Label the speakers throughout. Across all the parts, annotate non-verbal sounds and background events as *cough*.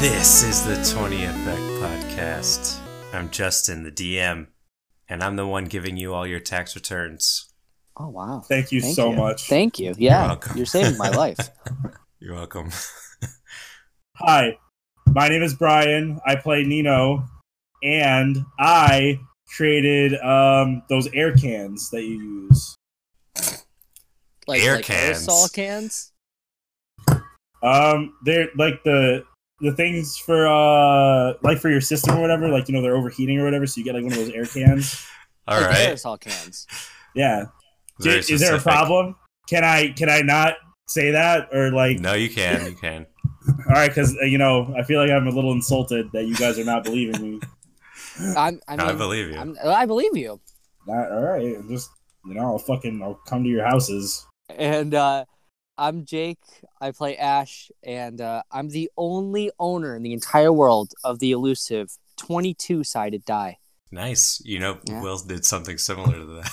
Speaker 1: This is the 20 Effect Podcast. I'm Justin, the DM, and I'm the one giving you all your tax returns.
Speaker 2: Oh wow!
Speaker 3: Thank you so much.
Speaker 2: Thank you. Yeah, you're,
Speaker 1: welcome.
Speaker 2: saving my
Speaker 1: *laughs*
Speaker 2: life.
Speaker 1: You're welcome.
Speaker 3: Hi, my name is Brian. I play Nino, and I created um, those air cans that you use.
Speaker 2: Like,
Speaker 1: Air
Speaker 2: like
Speaker 1: cans.
Speaker 2: aerosol cans.
Speaker 3: Um, they're like the the things for uh like for your system or whatever. Like you know they're overheating or whatever, so you get like one of those air cans.
Speaker 1: *laughs* All
Speaker 2: Like
Speaker 1: right.
Speaker 2: Aerosol cans.
Speaker 3: Yeah. J-
Speaker 1: Very
Speaker 3: is there a
Speaker 1: specific.
Speaker 3: problem? Can I can I not say that or like
Speaker 1: No, you can. You can.
Speaker 3: all right? Because you know I feel like I'm a little insulted that you guys are not believing me.
Speaker 2: I'm, I mean,
Speaker 1: *laughs* I believe you.
Speaker 2: I'm, I believe you.
Speaker 3: Not, all right, I'm just you know I'll fucking I'll come to your houses.
Speaker 2: And uh, I'm Jake. I play Ash, and uh, I'm the only owner in the entire world of the elusive 22
Speaker 1: *laughs*
Speaker 2: sided die.
Speaker 1: Nice. You know,
Speaker 2: Yeah.
Speaker 1: Will did something similar to that.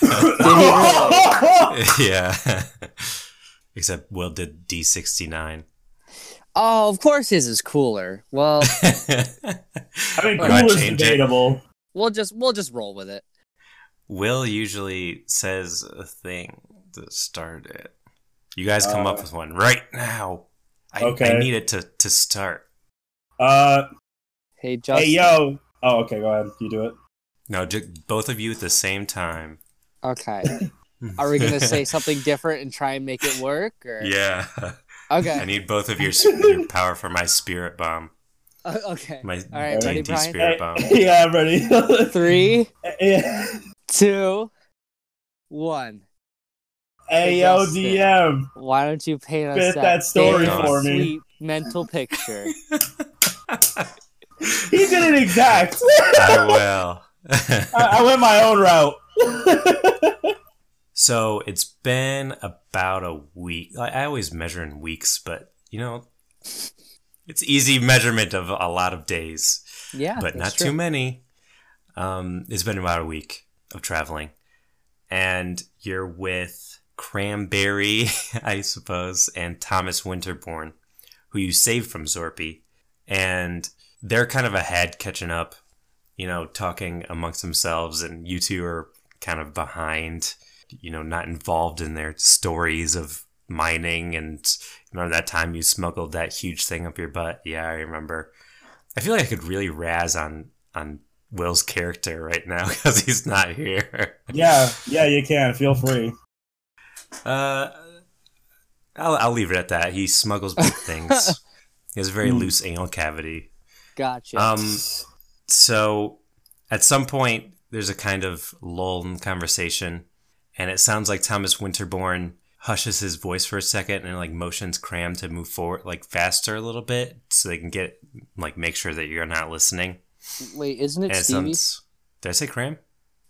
Speaker 1: *laughs* yeah. Except Will did D69.
Speaker 2: Oh, of course, his is cooler. Well, *laughs*
Speaker 3: I mean,
Speaker 1: Would
Speaker 3: cool is
Speaker 1: change it?
Speaker 3: debatable.
Speaker 2: we'll just we'll just roll with it.
Speaker 1: Will usually says a thing to start it. You guys come up
Speaker 3: Uh,
Speaker 1: with one right now. I, I
Speaker 3: okay.
Speaker 1: need it to, to start.
Speaker 3: Uh,
Speaker 2: Hey, Justin.
Speaker 3: hey, yo. Oh, okay, go ahead. You do it.
Speaker 1: No, ju- both of you at the same time.
Speaker 2: Okay. Are we
Speaker 1: *laughs*
Speaker 2: gonna say something different and try and make it work? Or
Speaker 1: yeah. I
Speaker 2: Okay. *laughs*
Speaker 1: need both of your, s- your power for my spirit bomb.
Speaker 2: Uh, okay.
Speaker 1: My
Speaker 2: All right, ready,
Speaker 1: D&D
Speaker 2: Brian?
Speaker 1: spirit bomb.
Speaker 3: Hey, *laughs* yeah, I'm ready.
Speaker 2: Three,
Speaker 3: yeah.
Speaker 2: two, one.
Speaker 3: Hey, yo, DM.
Speaker 2: Why don't you paint us
Speaker 3: Fit that story
Speaker 2: damn
Speaker 1: for
Speaker 3: me.
Speaker 2: sweet mental
Speaker 1: *laughs*
Speaker 2: picture?
Speaker 3: He did it exact. *laughs*
Speaker 1: I will. *laughs*
Speaker 3: I, I went my own route.
Speaker 1: So it's been about a week. I, I always measure in weeks, but you know, it's easy measurement of a lot of days,
Speaker 2: Yeah,
Speaker 1: but not
Speaker 2: that's
Speaker 1: too
Speaker 2: true.
Speaker 1: many. Um, it's been about a week of traveling, and you're with Cranberry, *laughs* I suppose, and Thomas Winterborn, who you saved from Zorpy, and they're kind of ahead catching up, you know, talking amongst themselves, and you two are kind of behind you know not involved in their stories of mining and remember that time you smuggled that huge thing up your butt yeah i remember i feel like i could really razz on on will's character right now *laughs* because he's not here *laughs*
Speaker 3: yeah, yeah, you can. Feel free.
Speaker 1: uh I'll, I'll leave it at that he smuggles big things he has a very
Speaker 3: Hmm.
Speaker 1: loose anal cavity
Speaker 2: Gotcha.
Speaker 1: um so at some point there's a kind of lull in conversation and it sounds like thomas winterborn hushes his voice for a second and like motions cram to move forward like faster a little bit so they can get like make sure that you're not listening
Speaker 2: Wait, isn't it
Speaker 1: and it
Speaker 2: Stevie?
Speaker 1: sounds did i say cram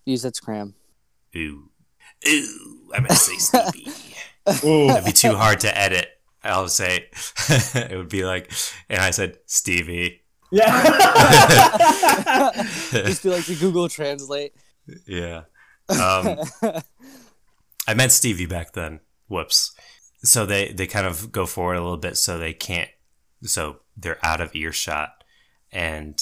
Speaker 2: Use
Speaker 1: *laughs*
Speaker 2: that's Cram.
Speaker 1: ooh ooh i meant to say stevie *laughs*
Speaker 3: Ooh.
Speaker 1: it'd be too hard to edit i'll say *laughs* it would be like and i said stevie *laughs*
Speaker 3: Yeah.
Speaker 2: Just be like the Google Translate. *laughs*
Speaker 1: yeah um I meant Stevie back then. Whoops. So they they kind of go forward a little bit so they can't so they're out of earshot and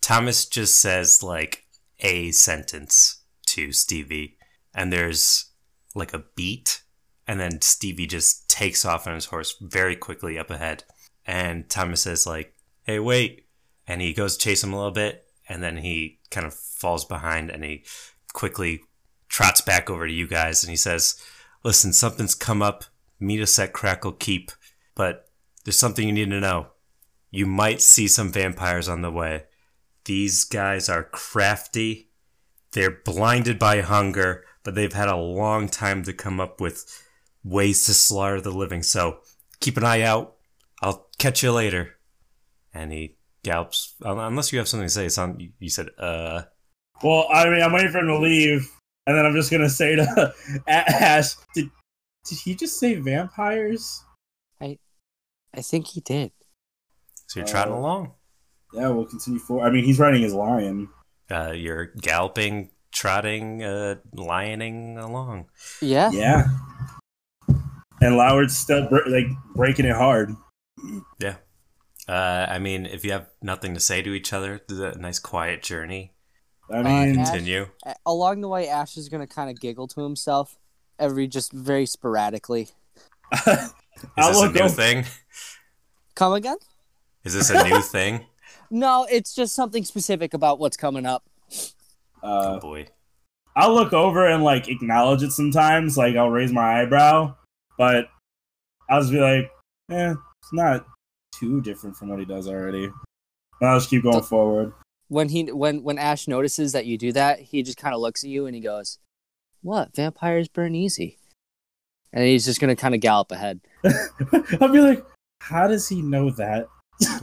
Speaker 1: Thomas just says like a sentence to Stevie and there's like a beat and then Stevie just takes off on his horse very quickly up ahead and Thomas says like hey wait and he goes to chase him a little bit and then he kind of falls behind and he quickly trots back over to you guys and he says, Listen, something's come up. Meet us at Crackle Keep, but there's something you need to know. You might see some vampires on the way. These guys are crafty. They're blinded by hunger, but they've had a long time to come up with ways to slaughter the living. So keep an eye out. I'll catch you later. And he gallops. un- Unless you have something to say, it's on. You said, uh.
Speaker 3: Well, I mean, I'm waiting for him to leave, and then I'm just gonna say to *laughs* A- Ash, did, did he just say vampires?
Speaker 2: I think he did.
Speaker 1: So you're trotting
Speaker 3: Uh,
Speaker 1: along.
Speaker 3: Yeah, we'll continue forward. I mean, he's riding his lion.
Speaker 1: uh, you're galloping, trotting, uh, lioning along.
Speaker 2: Yeah.
Speaker 3: Yeah. And Loward's still br- like breaking it hard.
Speaker 1: Uh, I mean, if you have nothing to say to each other, this is a nice quiet journey.
Speaker 3: I
Speaker 2: Uh,
Speaker 3: mean, *laughs*
Speaker 2: Ash-
Speaker 1: Continue.
Speaker 2: A- Along the way, Ash is gonna kind of giggle to himself, every just very sporadically.
Speaker 1: Is
Speaker 3: I
Speaker 1: this
Speaker 3: will
Speaker 1: a new
Speaker 3: go.
Speaker 1: thing?
Speaker 2: Come again?
Speaker 1: Is this a
Speaker 3: *laughs*
Speaker 1: new thing?
Speaker 2: No, it's just something specific about what's coming up.
Speaker 1: Oh
Speaker 3: Uh,
Speaker 1: boy.
Speaker 3: I'll look over and like acknowledge it sometimes. Like I'll raise my eyebrow, but I'll just be like, "Eh, it's not too different from what he does already." And I'll just keep going forward. *laughs*
Speaker 2: When he when when Ash notices that you do that, he just kind of looks at you and he goes, "What? Vampires burn easy." And he's just gonna kind of gallop ahead.
Speaker 3: I'll be like, "How does he
Speaker 1: *laughs*
Speaker 3: know that?"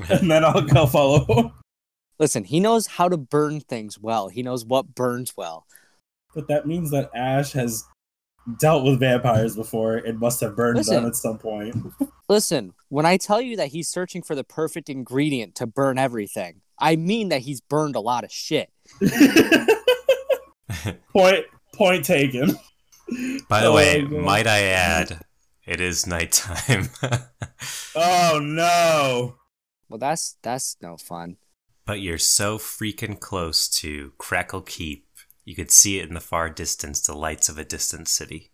Speaker 3: and then I'll go follow.
Speaker 2: Listen, he knows how to burn things well. He knows what burns well.
Speaker 3: but that means that Ash has dealt with vampires before and must have burned
Speaker 2: Listen.
Speaker 3: them at some point.
Speaker 2: Listen, when I tell you that he's searching for the perfect ingredient to burn everything, I mean that he's burned a lot of shit.
Speaker 3: *laughs* point point taken.
Speaker 1: By the
Speaker 3: Oh,
Speaker 1: way,
Speaker 3: God.
Speaker 1: might I add, it is nighttime. *laughs*
Speaker 3: Oh no.
Speaker 2: Well, that's that's no fun.
Speaker 1: but you're so freaking close to Crackle Keep. You could see it in the far distance, the lights of a distant city.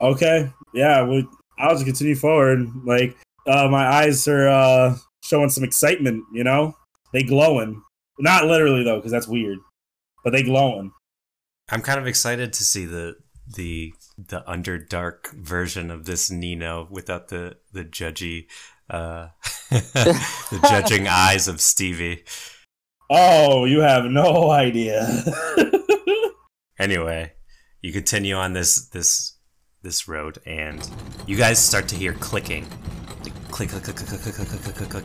Speaker 3: Okay. Yeah, we, I'll just continue forward. Like uh, my eyes are uh, showing some excitement, you know? They glowing. Not literally though, because that's weird. But they glowing.
Speaker 1: I'm kind of excited to see the the the underdark version of this Nino without the the judgy uh *laughs* the judging eyes of Stevie.
Speaker 3: Oh, you have no *laughs* idea.
Speaker 1: Anyway, you continue on this this this road and you guys start to hear clicking. Like click click click click click click click click, click click click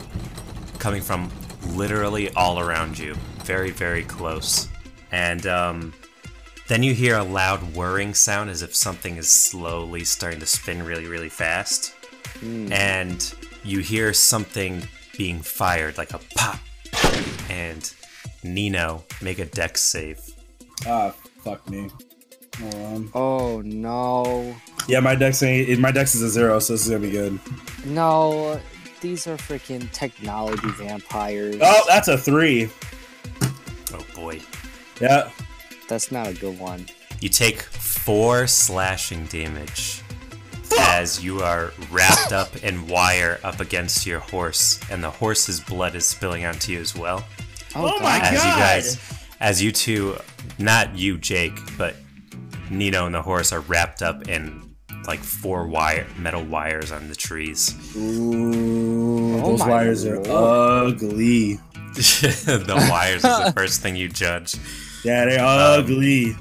Speaker 1: coming from literally all around you. Very, very close. And um then you hear a loud whirring sound as if something is slowly starting to spin really, really fast.
Speaker 2: Hmm.
Speaker 3: Eh.
Speaker 1: And you hear something being fired, like a pop. And Nino, make a dex save.
Speaker 3: ah, fuck me. Hold on.
Speaker 2: Oh no.
Speaker 3: Yeah, my dex ain't, my dex is a zero, so this is gonna be good.
Speaker 2: No, these are freaking technology vampires.
Speaker 3: Oh, that's a three.
Speaker 1: Oh boy.
Speaker 3: Yeah.
Speaker 2: That's not a good one.
Speaker 1: You take four slashing damage as you are wrapped up in wire up against your horse, and the horse's blood is spilling onto you as well.
Speaker 3: Oh my
Speaker 1: As you
Speaker 3: God.
Speaker 1: guys, as you two, not you, Jake, but Nino and the horse are wrapped up in like four wire, metal wires on the trees. *laughs*
Speaker 3: Ooh,
Speaker 2: Oh
Speaker 3: those
Speaker 2: my
Speaker 3: wires are ugly.
Speaker 1: the wires is
Speaker 3: *laughs*
Speaker 1: the first thing you judge.
Speaker 3: Yeah, they're ugly.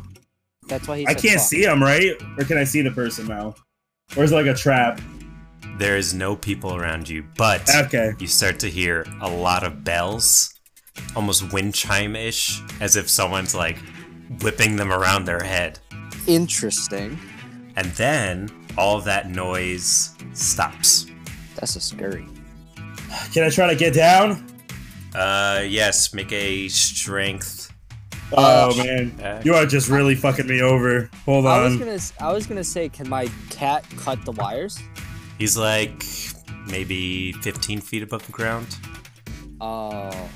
Speaker 2: That's why he.
Speaker 3: I
Speaker 2: said
Speaker 3: can't
Speaker 2: fuck.
Speaker 3: see them, right? Or can I see the person now? Or is it like a trap?
Speaker 1: There is no people around you, but
Speaker 3: Okay.
Speaker 1: you start to hear a lot of bells, almost wind chime ish, as if someone's like whipping them around their head.
Speaker 2: Interesting.
Speaker 1: And then all that noise stops.
Speaker 2: That's a scary.
Speaker 3: Can I try to get down?
Speaker 1: Uh, yes, make a strength.
Speaker 3: Oh, man.
Speaker 1: Uh,
Speaker 3: You are just really fucking me over. Hold
Speaker 2: I was
Speaker 3: on.
Speaker 2: gonna. s- I was gonna say, can my cat cut the wires?
Speaker 1: he's like maybe 15 feet above the ground.
Speaker 2: Oh.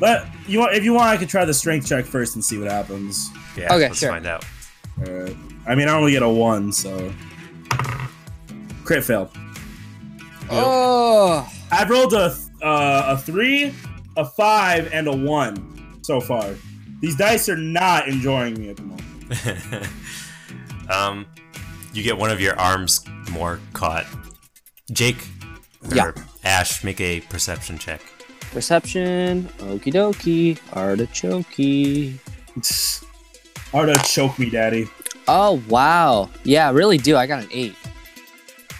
Speaker 3: But you want, if you want, I could try the strength check first and see what happens.
Speaker 1: Yeah,
Speaker 2: Okay,
Speaker 1: let's
Speaker 2: sure.
Speaker 1: find out. *laughs*
Speaker 3: Alright. I mean, I only get a one, so crit fail.
Speaker 2: Oh.
Speaker 3: I've rolled a uh, a three, a five, and a one so far. These dice are not enjoying me at the moment.
Speaker 1: um, you get one of your arms more caught. Jake, or
Speaker 2: Yeah.
Speaker 1: Ash, make a perception check.
Speaker 2: Perception. Okie dokie. Artichokey.
Speaker 3: *laughs* Arda, choke me, daddy.
Speaker 2: Oh wow. Yeah, I really do. I got an eight.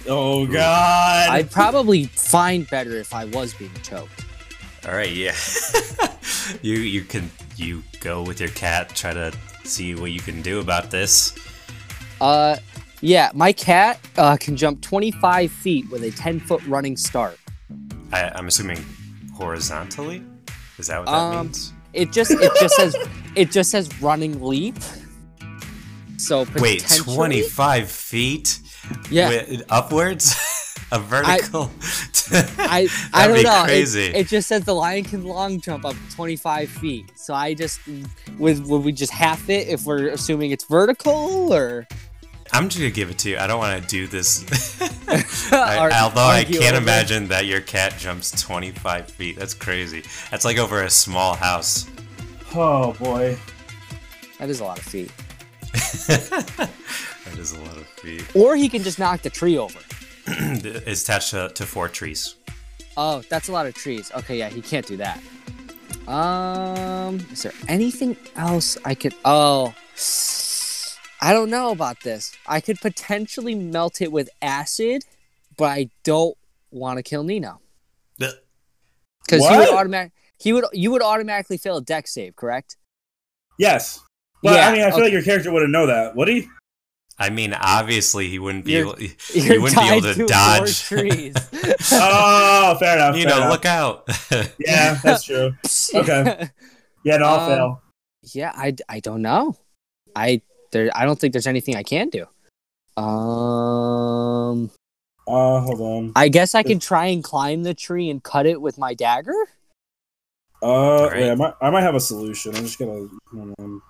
Speaker 3: Oh God!
Speaker 2: I'd probably find better if I was being choked.
Speaker 1: All right, yeah. *laughs* you you can you go with your cat, try to see what you can do about this.
Speaker 2: Uh, yeah, my cat uh, can jump 25 feet with a 10 foot running start.
Speaker 1: I, I'm assuming horizontally. Is that what that
Speaker 2: Um,
Speaker 1: means?
Speaker 2: It just it just says it just says running leap. So
Speaker 1: Wait,
Speaker 2: potentially-
Speaker 1: 25 feet
Speaker 2: Yeah,
Speaker 1: wi- upwards? *laughs* a vertical. *laughs*
Speaker 2: I
Speaker 1: That'd
Speaker 2: I don't
Speaker 1: be
Speaker 2: know. It-
Speaker 1: Crazy.
Speaker 2: It, just says the lion can long jump up 25 feet. So I just would would we just half it if we're assuming it's vertical or?
Speaker 1: I'm just gonna give it to you. I don't want to do this. *laughs* I-
Speaker 2: Ar-
Speaker 1: although I
Speaker 2: argue
Speaker 1: can't
Speaker 2: over.
Speaker 1: imagine that your cat jumps 25 feet. That's crazy. That's like over a small house.
Speaker 3: Oh boy.
Speaker 2: That is a lot of feet.
Speaker 1: that is a lot of feet.
Speaker 2: Or he can just knock the tree over.
Speaker 1: *clears throat* it's attached to, to four trees.
Speaker 2: Oh, that's a lot of trees. Okay, yeah, he can't do that. Um, is there anything else I could? Oh, I don't know about this. I could potentially melt it with acid, but I don't want to kill Nino
Speaker 1: Th-
Speaker 2: because he would
Speaker 3: What?
Speaker 2: automatic. He would. You would automatically fail a deck save, correct?
Speaker 3: Yes. But
Speaker 2: Yeah,
Speaker 3: I mean, I feel
Speaker 2: okay.
Speaker 3: like your character wouldn't know that, would he?
Speaker 1: I mean, obviously he wouldn't be.
Speaker 2: You're-
Speaker 1: able, you
Speaker 2: *laughs* You're
Speaker 1: wouldn't be
Speaker 2: tied
Speaker 1: able to,
Speaker 2: four
Speaker 1: dodge.
Speaker 2: *laughs* trees.
Speaker 3: Oh, fair enough.
Speaker 1: you
Speaker 3: fair
Speaker 1: know,
Speaker 3: enough.
Speaker 1: look out. *laughs*
Speaker 3: Yeah, that's true. *laughs* Okay. Yeah, no, I'll
Speaker 2: Um,
Speaker 3: fail.
Speaker 2: yeah i i don't know i there i don't think there's anything i can do um
Speaker 3: Uh, hold on.
Speaker 2: i guess i could try and climb the tree and cut it with my dagger
Speaker 3: Uh,
Speaker 1: Alright.
Speaker 3: wait, I might, I might have a solution. I'm just gonna. hold on.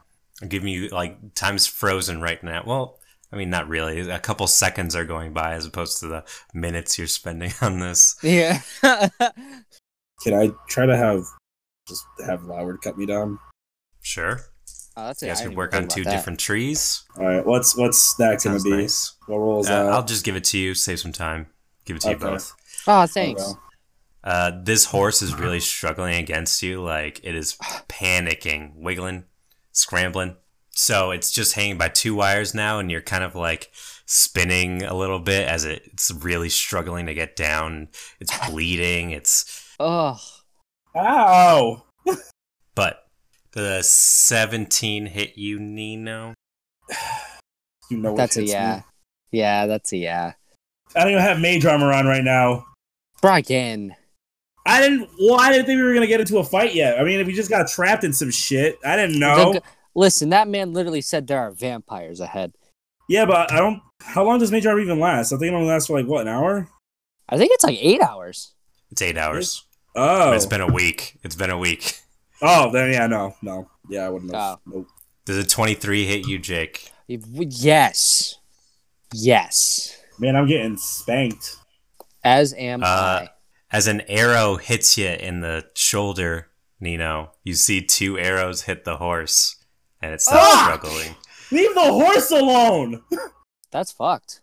Speaker 1: I'm giving you like time's frozen right now. Well, I mean, not really. A couple seconds are going by as opposed to the minutes you're spending *laughs* on this.
Speaker 2: yeah *laughs* Oh,
Speaker 3: Can I try to have just have Loward cut me down?
Speaker 1: Sure.
Speaker 2: Oh, that's it.
Speaker 1: You guys
Speaker 2: I
Speaker 1: can
Speaker 2: didn't
Speaker 1: work
Speaker 2: even
Speaker 1: on two
Speaker 2: think about that.
Speaker 1: different trees.
Speaker 3: All right, what's what's that gonna
Speaker 1: Sounds
Speaker 3: be?
Speaker 1: nice.
Speaker 3: What role is
Speaker 1: Uh,
Speaker 3: that?
Speaker 1: I'll just give it to you. Save some time. Give it to you
Speaker 3: Okay.
Speaker 1: both.
Speaker 2: Oh,
Speaker 3: There we
Speaker 2: thanks.
Speaker 3: go.
Speaker 1: Uh, this horse is really struggling against you. Like it is panicking, wiggling, scrambling. So it's just hanging by two wires now, and you're kind of like spinning a little bit as it, it's really struggling to get down. It's bleeding. It's
Speaker 2: Oh,
Speaker 3: Ow!
Speaker 1: but the 17 hit you, Nino.
Speaker 3: You know what
Speaker 2: that's a
Speaker 3: hits
Speaker 2: yeah.
Speaker 3: me.
Speaker 2: Yeah, that's a yeah.
Speaker 3: I don't even have mage armor on right now.
Speaker 2: Bragan.
Speaker 3: I didn't. Well, I didn't think we were gonna get into a fight yet. I mean, if we just got trapped in some shit, I didn't know.
Speaker 2: The g- Listen, that man literally said there are vampires ahead.
Speaker 3: yeah, but I don't. How long does mage armor even last? I think it only lasts for like what an hour.
Speaker 2: I think it's like eight hours.
Speaker 1: It's eight hours.
Speaker 3: Oh,
Speaker 1: It's been a week. It's been a week.
Speaker 3: oh, then yeah, no, no, yeah, I wouldn't
Speaker 2: Oh.
Speaker 3: have. Nope.
Speaker 1: Does a 23 hit you, Jake?
Speaker 2: If- Yes. Yes.
Speaker 3: Man, I'm getting spanked.
Speaker 2: As am
Speaker 1: Uh,
Speaker 2: I.
Speaker 1: As an arrow hits you in the shoulder, Nino, you see two arrows hit the horse and it stops
Speaker 3: Ah!
Speaker 1: struggling.
Speaker 3: Leave the horse alone.
Speaker 2: That's fucked.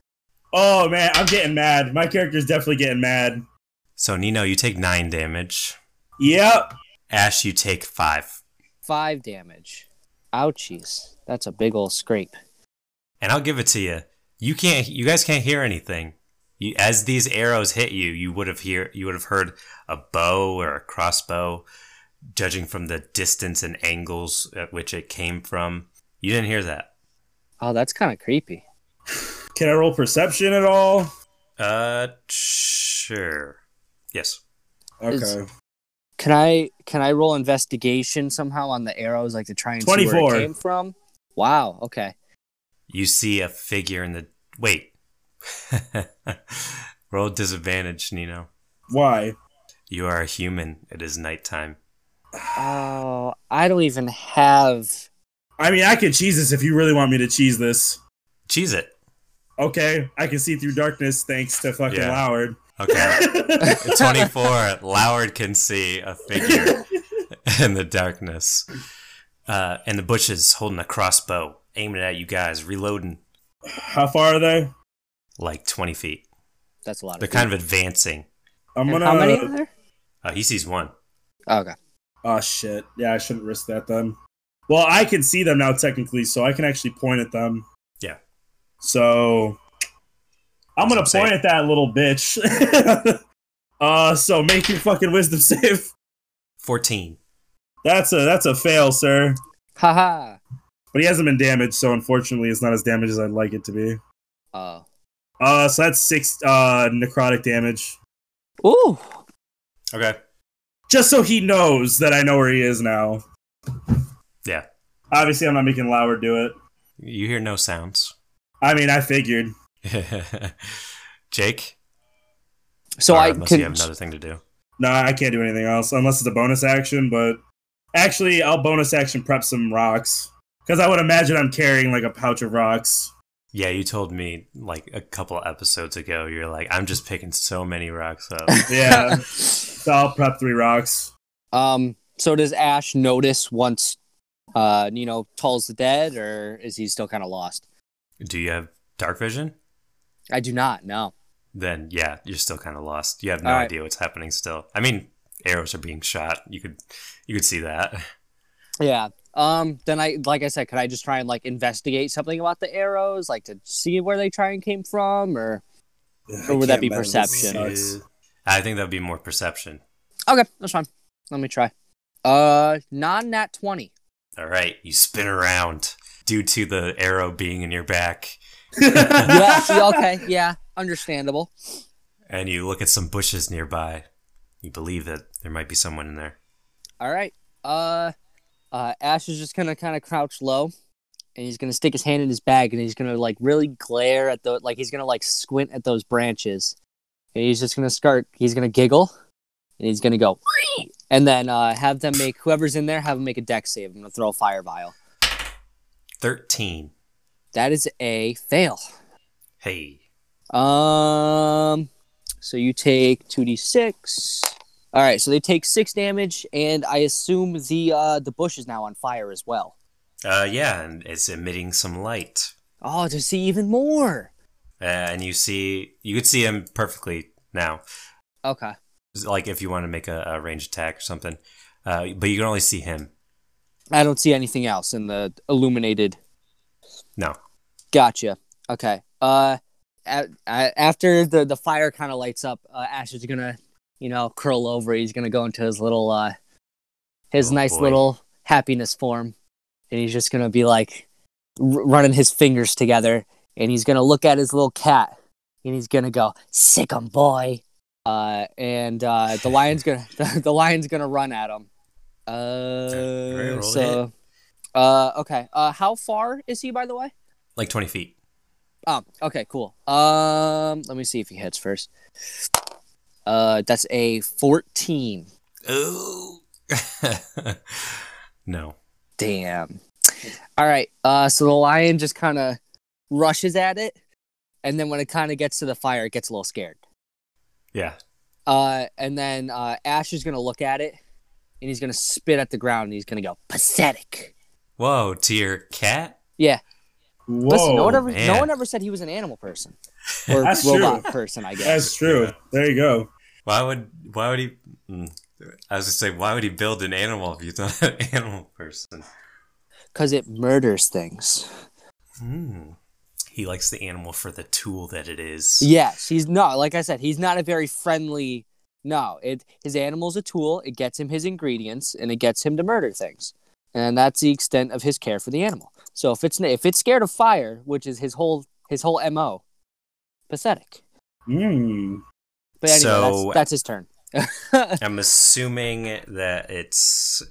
Speaker 3: Oh man, I'm getting mad. My character's definitely getting mad.
Speaker 1: So, Nino, you take nine damage.
Speaker 3: Yep.
Speaker 1: Ash, you take five.
Speaker 2: Five damage. Ouchies. That's a big old scrape.
Speaker 1: And I'll give it to you. You can't. You guys can't hear anything. You, as these arrows hit you, you would have hear. You would have heard a bow or a crossbow, judging from the distance and angles at which it came from. You didn't hear that.
Speaker 2: Oh, that's kind of creepy.
Speaker 3: Can I roll perception at all?
Speaker 1: Uh, sure. Yes.
Speaker 2: It's-
Speaker 3: Okay.
Speaker 2: Can I can I roll investigation somehow on the arrows, like to try and see where
Speaker 3: 24.
Speaker 2: it came from? Wow. Okay.
Speaker 1: You see a figure in the wait. *laughs* Roll disadvantage, Nino.
Speaker 3: Why?
Speaker 1: You are a human. It is nighttime.
Speaker 2: Oh, I don't even have.
Speaker 3: I mean, I could cheese this if you really want me to cheese this.
Speaker 1: Cheese it.
Speaker 3: Okay, I can see through darkness thanks to fucking
Speaker 1: Yeah.
Speaker 3: Loward.
Speaker 1: Okay. 24 Loward can see a figure in the darkness uh, in the bushes holding a crossbow aiming it at you guys reloading
Speaker 3: How far are they?
Speaker 1: like 20 feet
Speaker 2: That's a lot.
Speaker 1: they're
Speaker 2: Of
Speaker 1: kind of advancing
Speaker 3: I'm gonna.
Speaker 2: How many are there?
Speaker 1: uh, he sees one
Speaker 2: Oh, okay.
Speaker 3: Oh shit. Yeah, I shouldn't risk that then. Well, I can see them now technically, so I can actually point at them.
Speaker 1: Yeah.
Speaker 3: So I'm
Speaker 1: That's what
Speaker 3: gonna
Speaker 1: I'm saying.
Speaker 3: point at that little bitch. *laughs* uh so make your fucking wisdom *laughs* save.
Speaker 1: 14
Speaker 3: That's a that's a fail, sir.
Speaker 2: Haha.
Speaker 3: But he hasn't been damaged, so unfortunately it's not as damaged as I'd like it to be.
Speaker 2: Oh.
Speaker 3: Uh so that's six uh necrotic damage.
Speaker 2: Ooh.
Speaker 1: okay
Speaker 3: Just so he knows that I know where he is now.
Speaker 1: Yeah.
Speaker 3: Obviously I'm not making Lauer do it.
Speaker 1: you hear no sounds
Speaker 3: I mean I figured.
Speaker 1: *laughs* jake
Speaker 2: So
Speaker 1: Or
Speaker 2: I
Speaker 1: unless
Speaker 2: can.
Speaker 1: you have another thing to do.
Speaker 3: No, I can't do anything else unless it's a bonus action. But actually, I'll bonus action prep some rocks because I would imagine I'm carrying like a pouch of rocks.
Speaker 1: Yeah, you told me like a couple episodes ago. You're like, I'm just picking so many rocks
Speaker 2: *laughs*
Speaker 1: up.
Speaker 3: Yeah, so I'll prep three rocks.
Speaker 2: Um. So does Ash notice once, uh, Nino Tull's dead, or is he still kind of lost?
Speaker 1: do you have dark vision?
Speaker 2: I do not know.
Speaker 1: Then yeah, you're still kind of lost. You have no
Speaker 2: All right.
Speaker 1: idea what's happening. Still, I mean, arrows are being shot. You could, you could see
Speaker 2: *laughs*
Speaker 1: that.
Speaker 2: Yeah. Um. Then I, like I said, could I just try and like investigate something about the arrows, like to see where they try and came from, or Or would that be perception?
Speaker 3: Sucks.
Speaker 1: I think that'd be more perception.
Speaker 2: okay, that's fine. Let me try. Uh, non nat twenty.
Speaker 1: All right, you spin around due to the arrow being in your
Speaker 2: *laughs*
Speaker 1: back,
Speaker 2: yeah, okay, yeah, understandable.
Speaker 1: and you look at some bushes nearby. You believe that there might be someone in there.
Speaker 2: All right. Uh, uh, Ash is just gonna kind of crouch low, and he's gonna stick his hand in his bag, and he's gonna like really glare at the like he's gonna like squint at those branches, and he's just gonna start. He's gonna giggle, and he's gonna go, "Whee!" and then uh, have them make whoever's in there have them make a deck save. I'm gonna throw a fire vial.
Speaker 1: Thirteen.
Speaker 2: That is a fail.
Speaker 1: Hey,
Speaker 2: Um, so you take two d six. All right, so they take six damage, and I assume the uh, the bush is now on fire as well.
Speaker 1: uh, yeah, and it's emitting some light.
Speaker 2: Oh, to see even more.
Speaker 1: Uh, and you see you could see him perfectly now
Speaker 2: Okay.
Speaker 1: like if you want to make a, a range attack or something uh, but you can only see him
Speaker 2: I don't see anything else in the illuminated.
Speaker 1: no
Speaker 2: Gotcha. Okay. Uh, a- a- after the the fire kind of lights up, uh, Ash is gonna, you know, curl over. He's gonna go into his little, uh, his
Speaker 1: Oh,
Speaker 2: nice
Speaker 1: boy.
Speaker 2: little happiness form, and he's just gonna be like r- running his fingers together, and he's gonna look at his little cat, and he's gonna go, "Sick 'em, boy." Uh, and uh, the lion's gonna *laughs* the, lion's gonna run at him.
Speaker 1: Alright, roll to
Speaker 2: Uh, so, uh, okay. Uh, how far is he, by the way?
Speaker 1: like 20 feet *laughs*
Speaker 2: Oh, okay, cool. Um, let me see if he hits first. Uh, that's a fourteen.
Speaker 1: Ooh. no
Speaker 2: Damn. All right. Uh, so the lion just kind of rushes at it, and then when it kind of gets to the fire, it gets a little scared.
Speaker 1: yeah
Speaker 2: Uh, and then uh, Ash is gonna look at it, and he's gonna spit at the ground, and he's gonna go pathetic.
Speaker 1: whoa to your cat
Speaker 2: Yeah.
Speaker 3: Whoa,
Speaker 2: Listen, no one ever, no
Speaker 1: man.
Speaker 2: one ever said he was an animal
Speaker 3: *laughs*
Speaker 2: person or
Speaker 3: That's
Speaker 2: robot person. I guess.
Speaker 3: that's true. There you go.
Speaker 1: why would why would he mm. i was gonna say why would he build an animal if he's not an *laughs* animal person
Speaker 2: Because it murders things.
Speaker 1: Hmm. he likes the animal for the tool that it is
Speaker 2: Yes, he's no, like I said, he's not a very friendly. No, it his animal's a tool. It gets him his ingredients and it gets him to murder things, and that's the extent of his care for the animal. So if it's if it's scared of fire, which is his whole his whole mo, pathetic.
Speaker 3: Mm.
Speaker 2: But anyway,
Speaker 1: So-
Speaker 2: that's, that's his turn. *laughs*
Speaker 1: i'm assuming that it's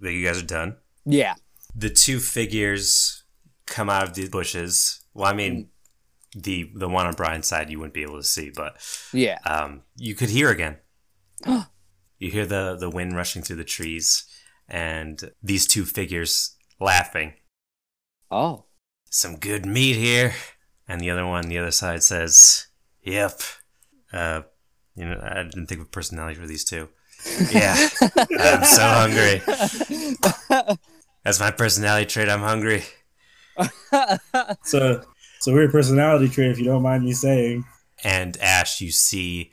Speaker 1: that you guys are done
Speaker 2: Yeah,
Speaker 1: the two figures come out of the bushes. Well, I mean, the the one on Brian's side you wouldn't be able to see, but
Speaker 2: yeah.
Speaker 1: um, you could hear again. you hear the the wind rushing through the trees, and these two figures laughing.
Speaker 2: Oh,
Speaker 1: Some good meat here, and the other one, the other side says, "Yep." Uh, you know, I didn't think of personality for these two. Yeah, I'm so hungry. That's my personality trait. I'm hungry.
Speaker 3: It's a it's a weird personality trait, if you don't mind me saying.
Speaker 1: and Ash, you see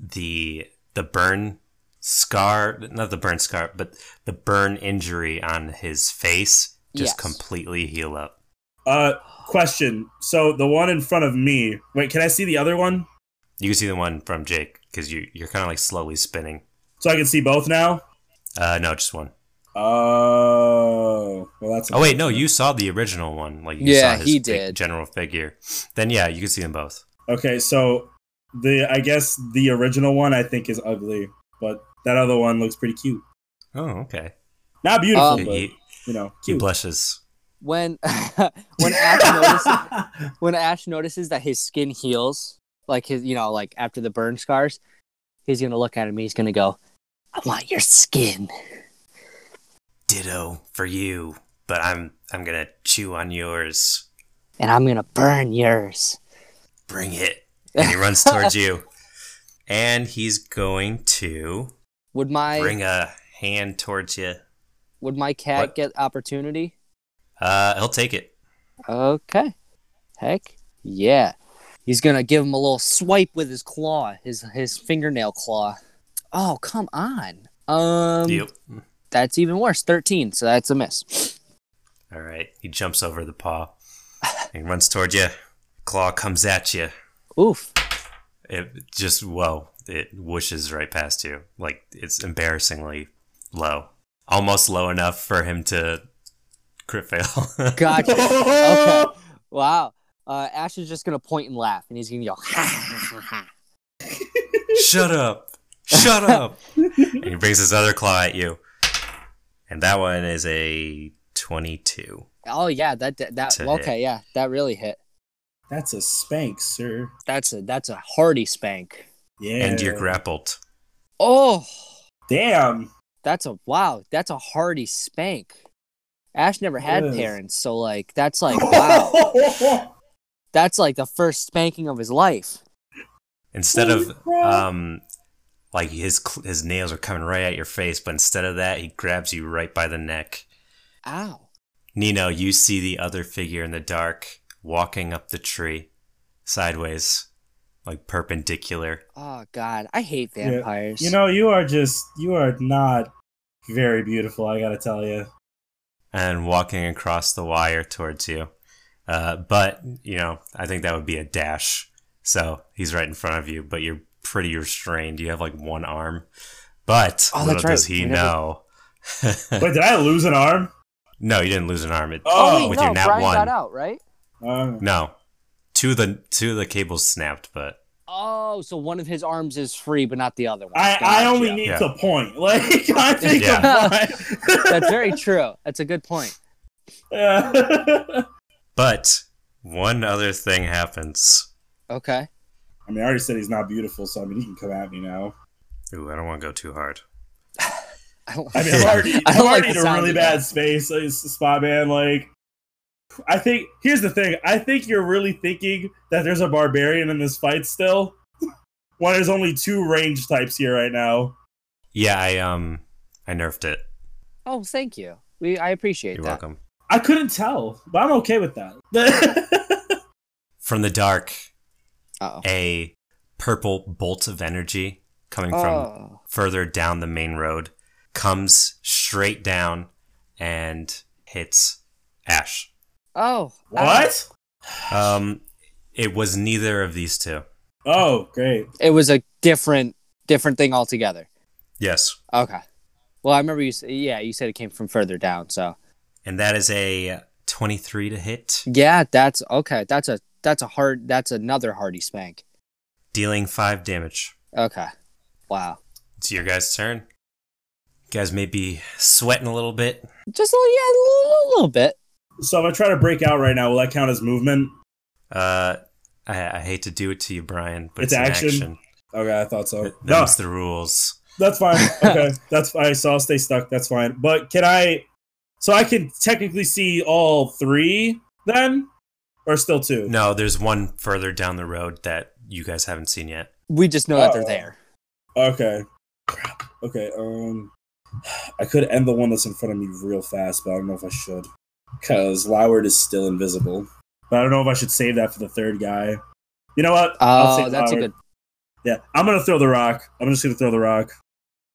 Speaker 1: the the burn scar, not the burn scar, but the burn injury on his face just
Speaker 2: Yes.
Speaker 1: completely heal up.
Speaker 3: Uh, question. So the one in front of me. Wait, can I see the other one?
Speaker 1: You can see the one from Jake because you you're kind of like slowly spinning.
Speaker 3: So I can see both now.
Speaker 1: Uh, no, just one.
Speaker 3: Oh, well, that's.
Speaker 1: Oh wait, no, you saw the original one. Like you
Speaker 2: Yeah,
Speaker 1: saw
Speaker 2: he
Speaker 1: big
Speaker 2: did.
Speaker 1: general figure. Then yeah, you can see them both.
Speaker 3: Okay, so the I guess the original one I think is ugly, but that other one looks pretty cute.
Speaker 1: Oh okay.
Speaker 3: Not beautiful,
Speaker 2: Um,
Speaker 3: but
Speaker 1: he,
Speaker 3: you know,
Speaker 1: he
Speaker 3: cute.
Speaker 1: blushes.
Speaker 2: when *laughs* when Ash notices when Ash notices that his skin heals, like his, you know, like after the burn scars, He's gonna look at him. He's gonna go, "I want your skin."
Speaker 1: Ditto for you, but I'm I'm gonna chew on yours.
Speaker 2: and I'm gonna burn yours.
Speaker 1: Bring it. And he runs towards
Speaker 2: *laughs*
Speaker 1: you. And he's going to
Speaker 2: Would my
Speaker 1: bring a hand towards you.
Speaker 2: would my cat
Speaker 1: What?
Speaker 2: get opportunity?
Speaker 1: Uh, he'll take it.
Speaker 2: Okay. Heck yeah. He's gonna give him a little swipe with his claw, his his fingernail claw. Oh come on. Um
Speaker 1: yep.
Speaker 2: that's even worse. Thirteen, so that's a miss.
Speaker 1: All right. He jumps over the paw and runs towards you. Claw comes at you.
Speaker 2: Oof.
Speaker 1: It just whoa! It whooshes right past you. Like it's embarrassingly low, almost low enough for him to crit fail. *laughs*
Speaker 2: Gotcha.
Speaker 3: okay.
Speaker 2: wow. Uh, Ash is just gonna point and laugh and he's gonna go ha ha ha ha.
Speaker 1: Shut up! Shut up! and he brings his other claw at you, and that one is a twenty-two.
Speaker 2: Oh yeah, that that, that
Speaker 1: To hit.
Speaker 2: okay, yeah, that really hit.
Speaker 3: *laughs* That's a spank, sir.
Speaker 2: That's a that's a hearty spank.
Speaker 3: Yeah.
Speaker 1: And you're grappled.
Speaker 2: Oh,
Speaker 3: Damn.
Speaker 2: That's a wow. That's a hearty spank. Ash never had
Speaker 3: Yes.
Speaker 2: parents, so like that's
Speaker 3: *laughs*
Speaker 2: like wow. that's like the first spanking of his life.
Speaker 1: Instead of
Speaker 3: Holy crap.
Speaker 1: um, like his cl- his nails are coming right at your face, but instead of that, he grabs you right by the neck.
Speaker 2: Ow.
Speaker 1: Nino, you see the other figure in the dark walking up the tree sideways, like perpendicular.
Speaker 2: Oh god, I hate vampires.
Speaker 3: You know, you are just, you are not very beautiful, I gotta tell
Speaker 1: *laughs*
Speaker 3: you.
Speaker 1: and walking across the wire towards you. Uh, but, you know, I think that would be a dash. So he's right in front of you, but you're pretty restrained. You have like one arm. But
Speaker 2: Oh, that's
Speaker 1: little does
Speaker 2: right.
Speaker 1: he
Speaker 2: We never-
Speaker 1: know.
Speaker 3: Wait, did I lose an arm?
Speaker 1: no, you didn't lose an arm. It,
Speaker 2: oh, wait,
Speaker 1: with
Speaker 2: no,
Speaker 1: your nat
Speaker 2: Brian
Speaker 1: one.
Speaker 2: got out, right?
Speaker 3: Um,
Speaker 1: No. Two of the two of the cables snapped, but
Speaker 2: Oh, so one of his arms is free, but not the other one.
Speaker 3: I, I only
Speaker 2: Gotcha.
Speaker 3: need
Speaker 1: Yeah.
Speaker 3: to point. *laughs* Like, I
Speaker 2: *laughs*
Speaker 3: think
Speaker 2: Yeah.
Speaker 3: I'm fine.
Speaker 2: That's very true. That's a good point.
Speaker 3: Yeah.
Speaker 1: but one other thing happens.
Speaker 2: Okay.
Speaker 3: *laughs* I mean, I already said he's not beautiful, so I mean, he can come at me now.
Speaker 1: Ooh, I don't want to go too hard.
Speaker 2: I don't, *laughs*
Speaker 3: I mean, I'm already,
Speaker 2: I
Speaker 3: I'm
Speaker 2: don't like
Speaker 3: already
Speaker 2: the
Speaker 3: in a
Speaker 2: sound
Speaker 3: really
Speaker 2: of that.
Speaker 3: bad space, uh, spot man. Like, I think here's the thing. I think you're really thinking that there's a barbarian in this fight still. *laughs* when there's only two range types here right now.
Speaker 1: Yeah, I um I nerfed it.
Speaker 2: oh, thank you. We I appreciate
Speaker 1: You're
Speaker 2: that.
Speaker 1: welcome.
Speaker 3: I couldn't tell, but I'm okay with *laughs* that.
Speaker 1: From the dark,
Speaker 2: Uh-oh.
Speaker 1: a purple bolt of energy coming from
Speaker 2: Oh.
Speaker 1: further down the main road comes straight down and hits Ash.
Speaker 2: Oh. ow.
Speaker 3: what?
Speaker 1: Um, it was neither of these two.
Speaker 3: Oh, great.
Speaker 2: It was a different different thing altogether.
Speaker 1: Yes.
Speaker 2: Okay. Well, I remember you. s- Yeah, you said it came from further down. So
Speaker 1: And that is a 23 to hit,
Speaker 2: yeah, that's okay. That's a that's a hard. That's another hardy spank.
Speaker 1: dealing five damage.
Speaker 2: Okay. Wow.
Speaker 1: It's your guys' turn. You guys may be sweating a little bit.
Speaker 2: Just a little, yeah, a little, little bit.
Speaker 3: So if I try to break out right now, will that count as movement?
Speaker 1: Uh, I, I hate to do it to you, Brian, but
Speaker 3: It's
Speaker 1: it's, an
Speaker 3: action.
Speaker 1: action.
Speaker 3: Okay, I thought so.
Speaker 1: Th-
Speaker 3: No,
Speaker 1: Them's the rules.
Speaker 3: That's fine. Okay, that's fine. So I'll stay stuck. That's fine. But can I? So I can technically see all three then, or still two?
Speaker 1: No, there's one further down the road that you guys haven't seen yet.
Speaker 2: We just know that they're
Speaker 3: Uh-oh.
Speaker 2: there.
Speaker 3: Okay. Crap. Okay. Um, I could end the one that's in front of me real fast, but I don't know if I should, because Loward is still invisible. But I don't know if I should save that for the third guy. You know what? I'll
Speaker 2: Oh,
Speaker 3: save
Speaker 2: that's a
Speaker 3: Loward.
Speaker 2: good.
Speaker 3: Yeah, I'm gonna throw the rock. I'm just gonna throw the rock.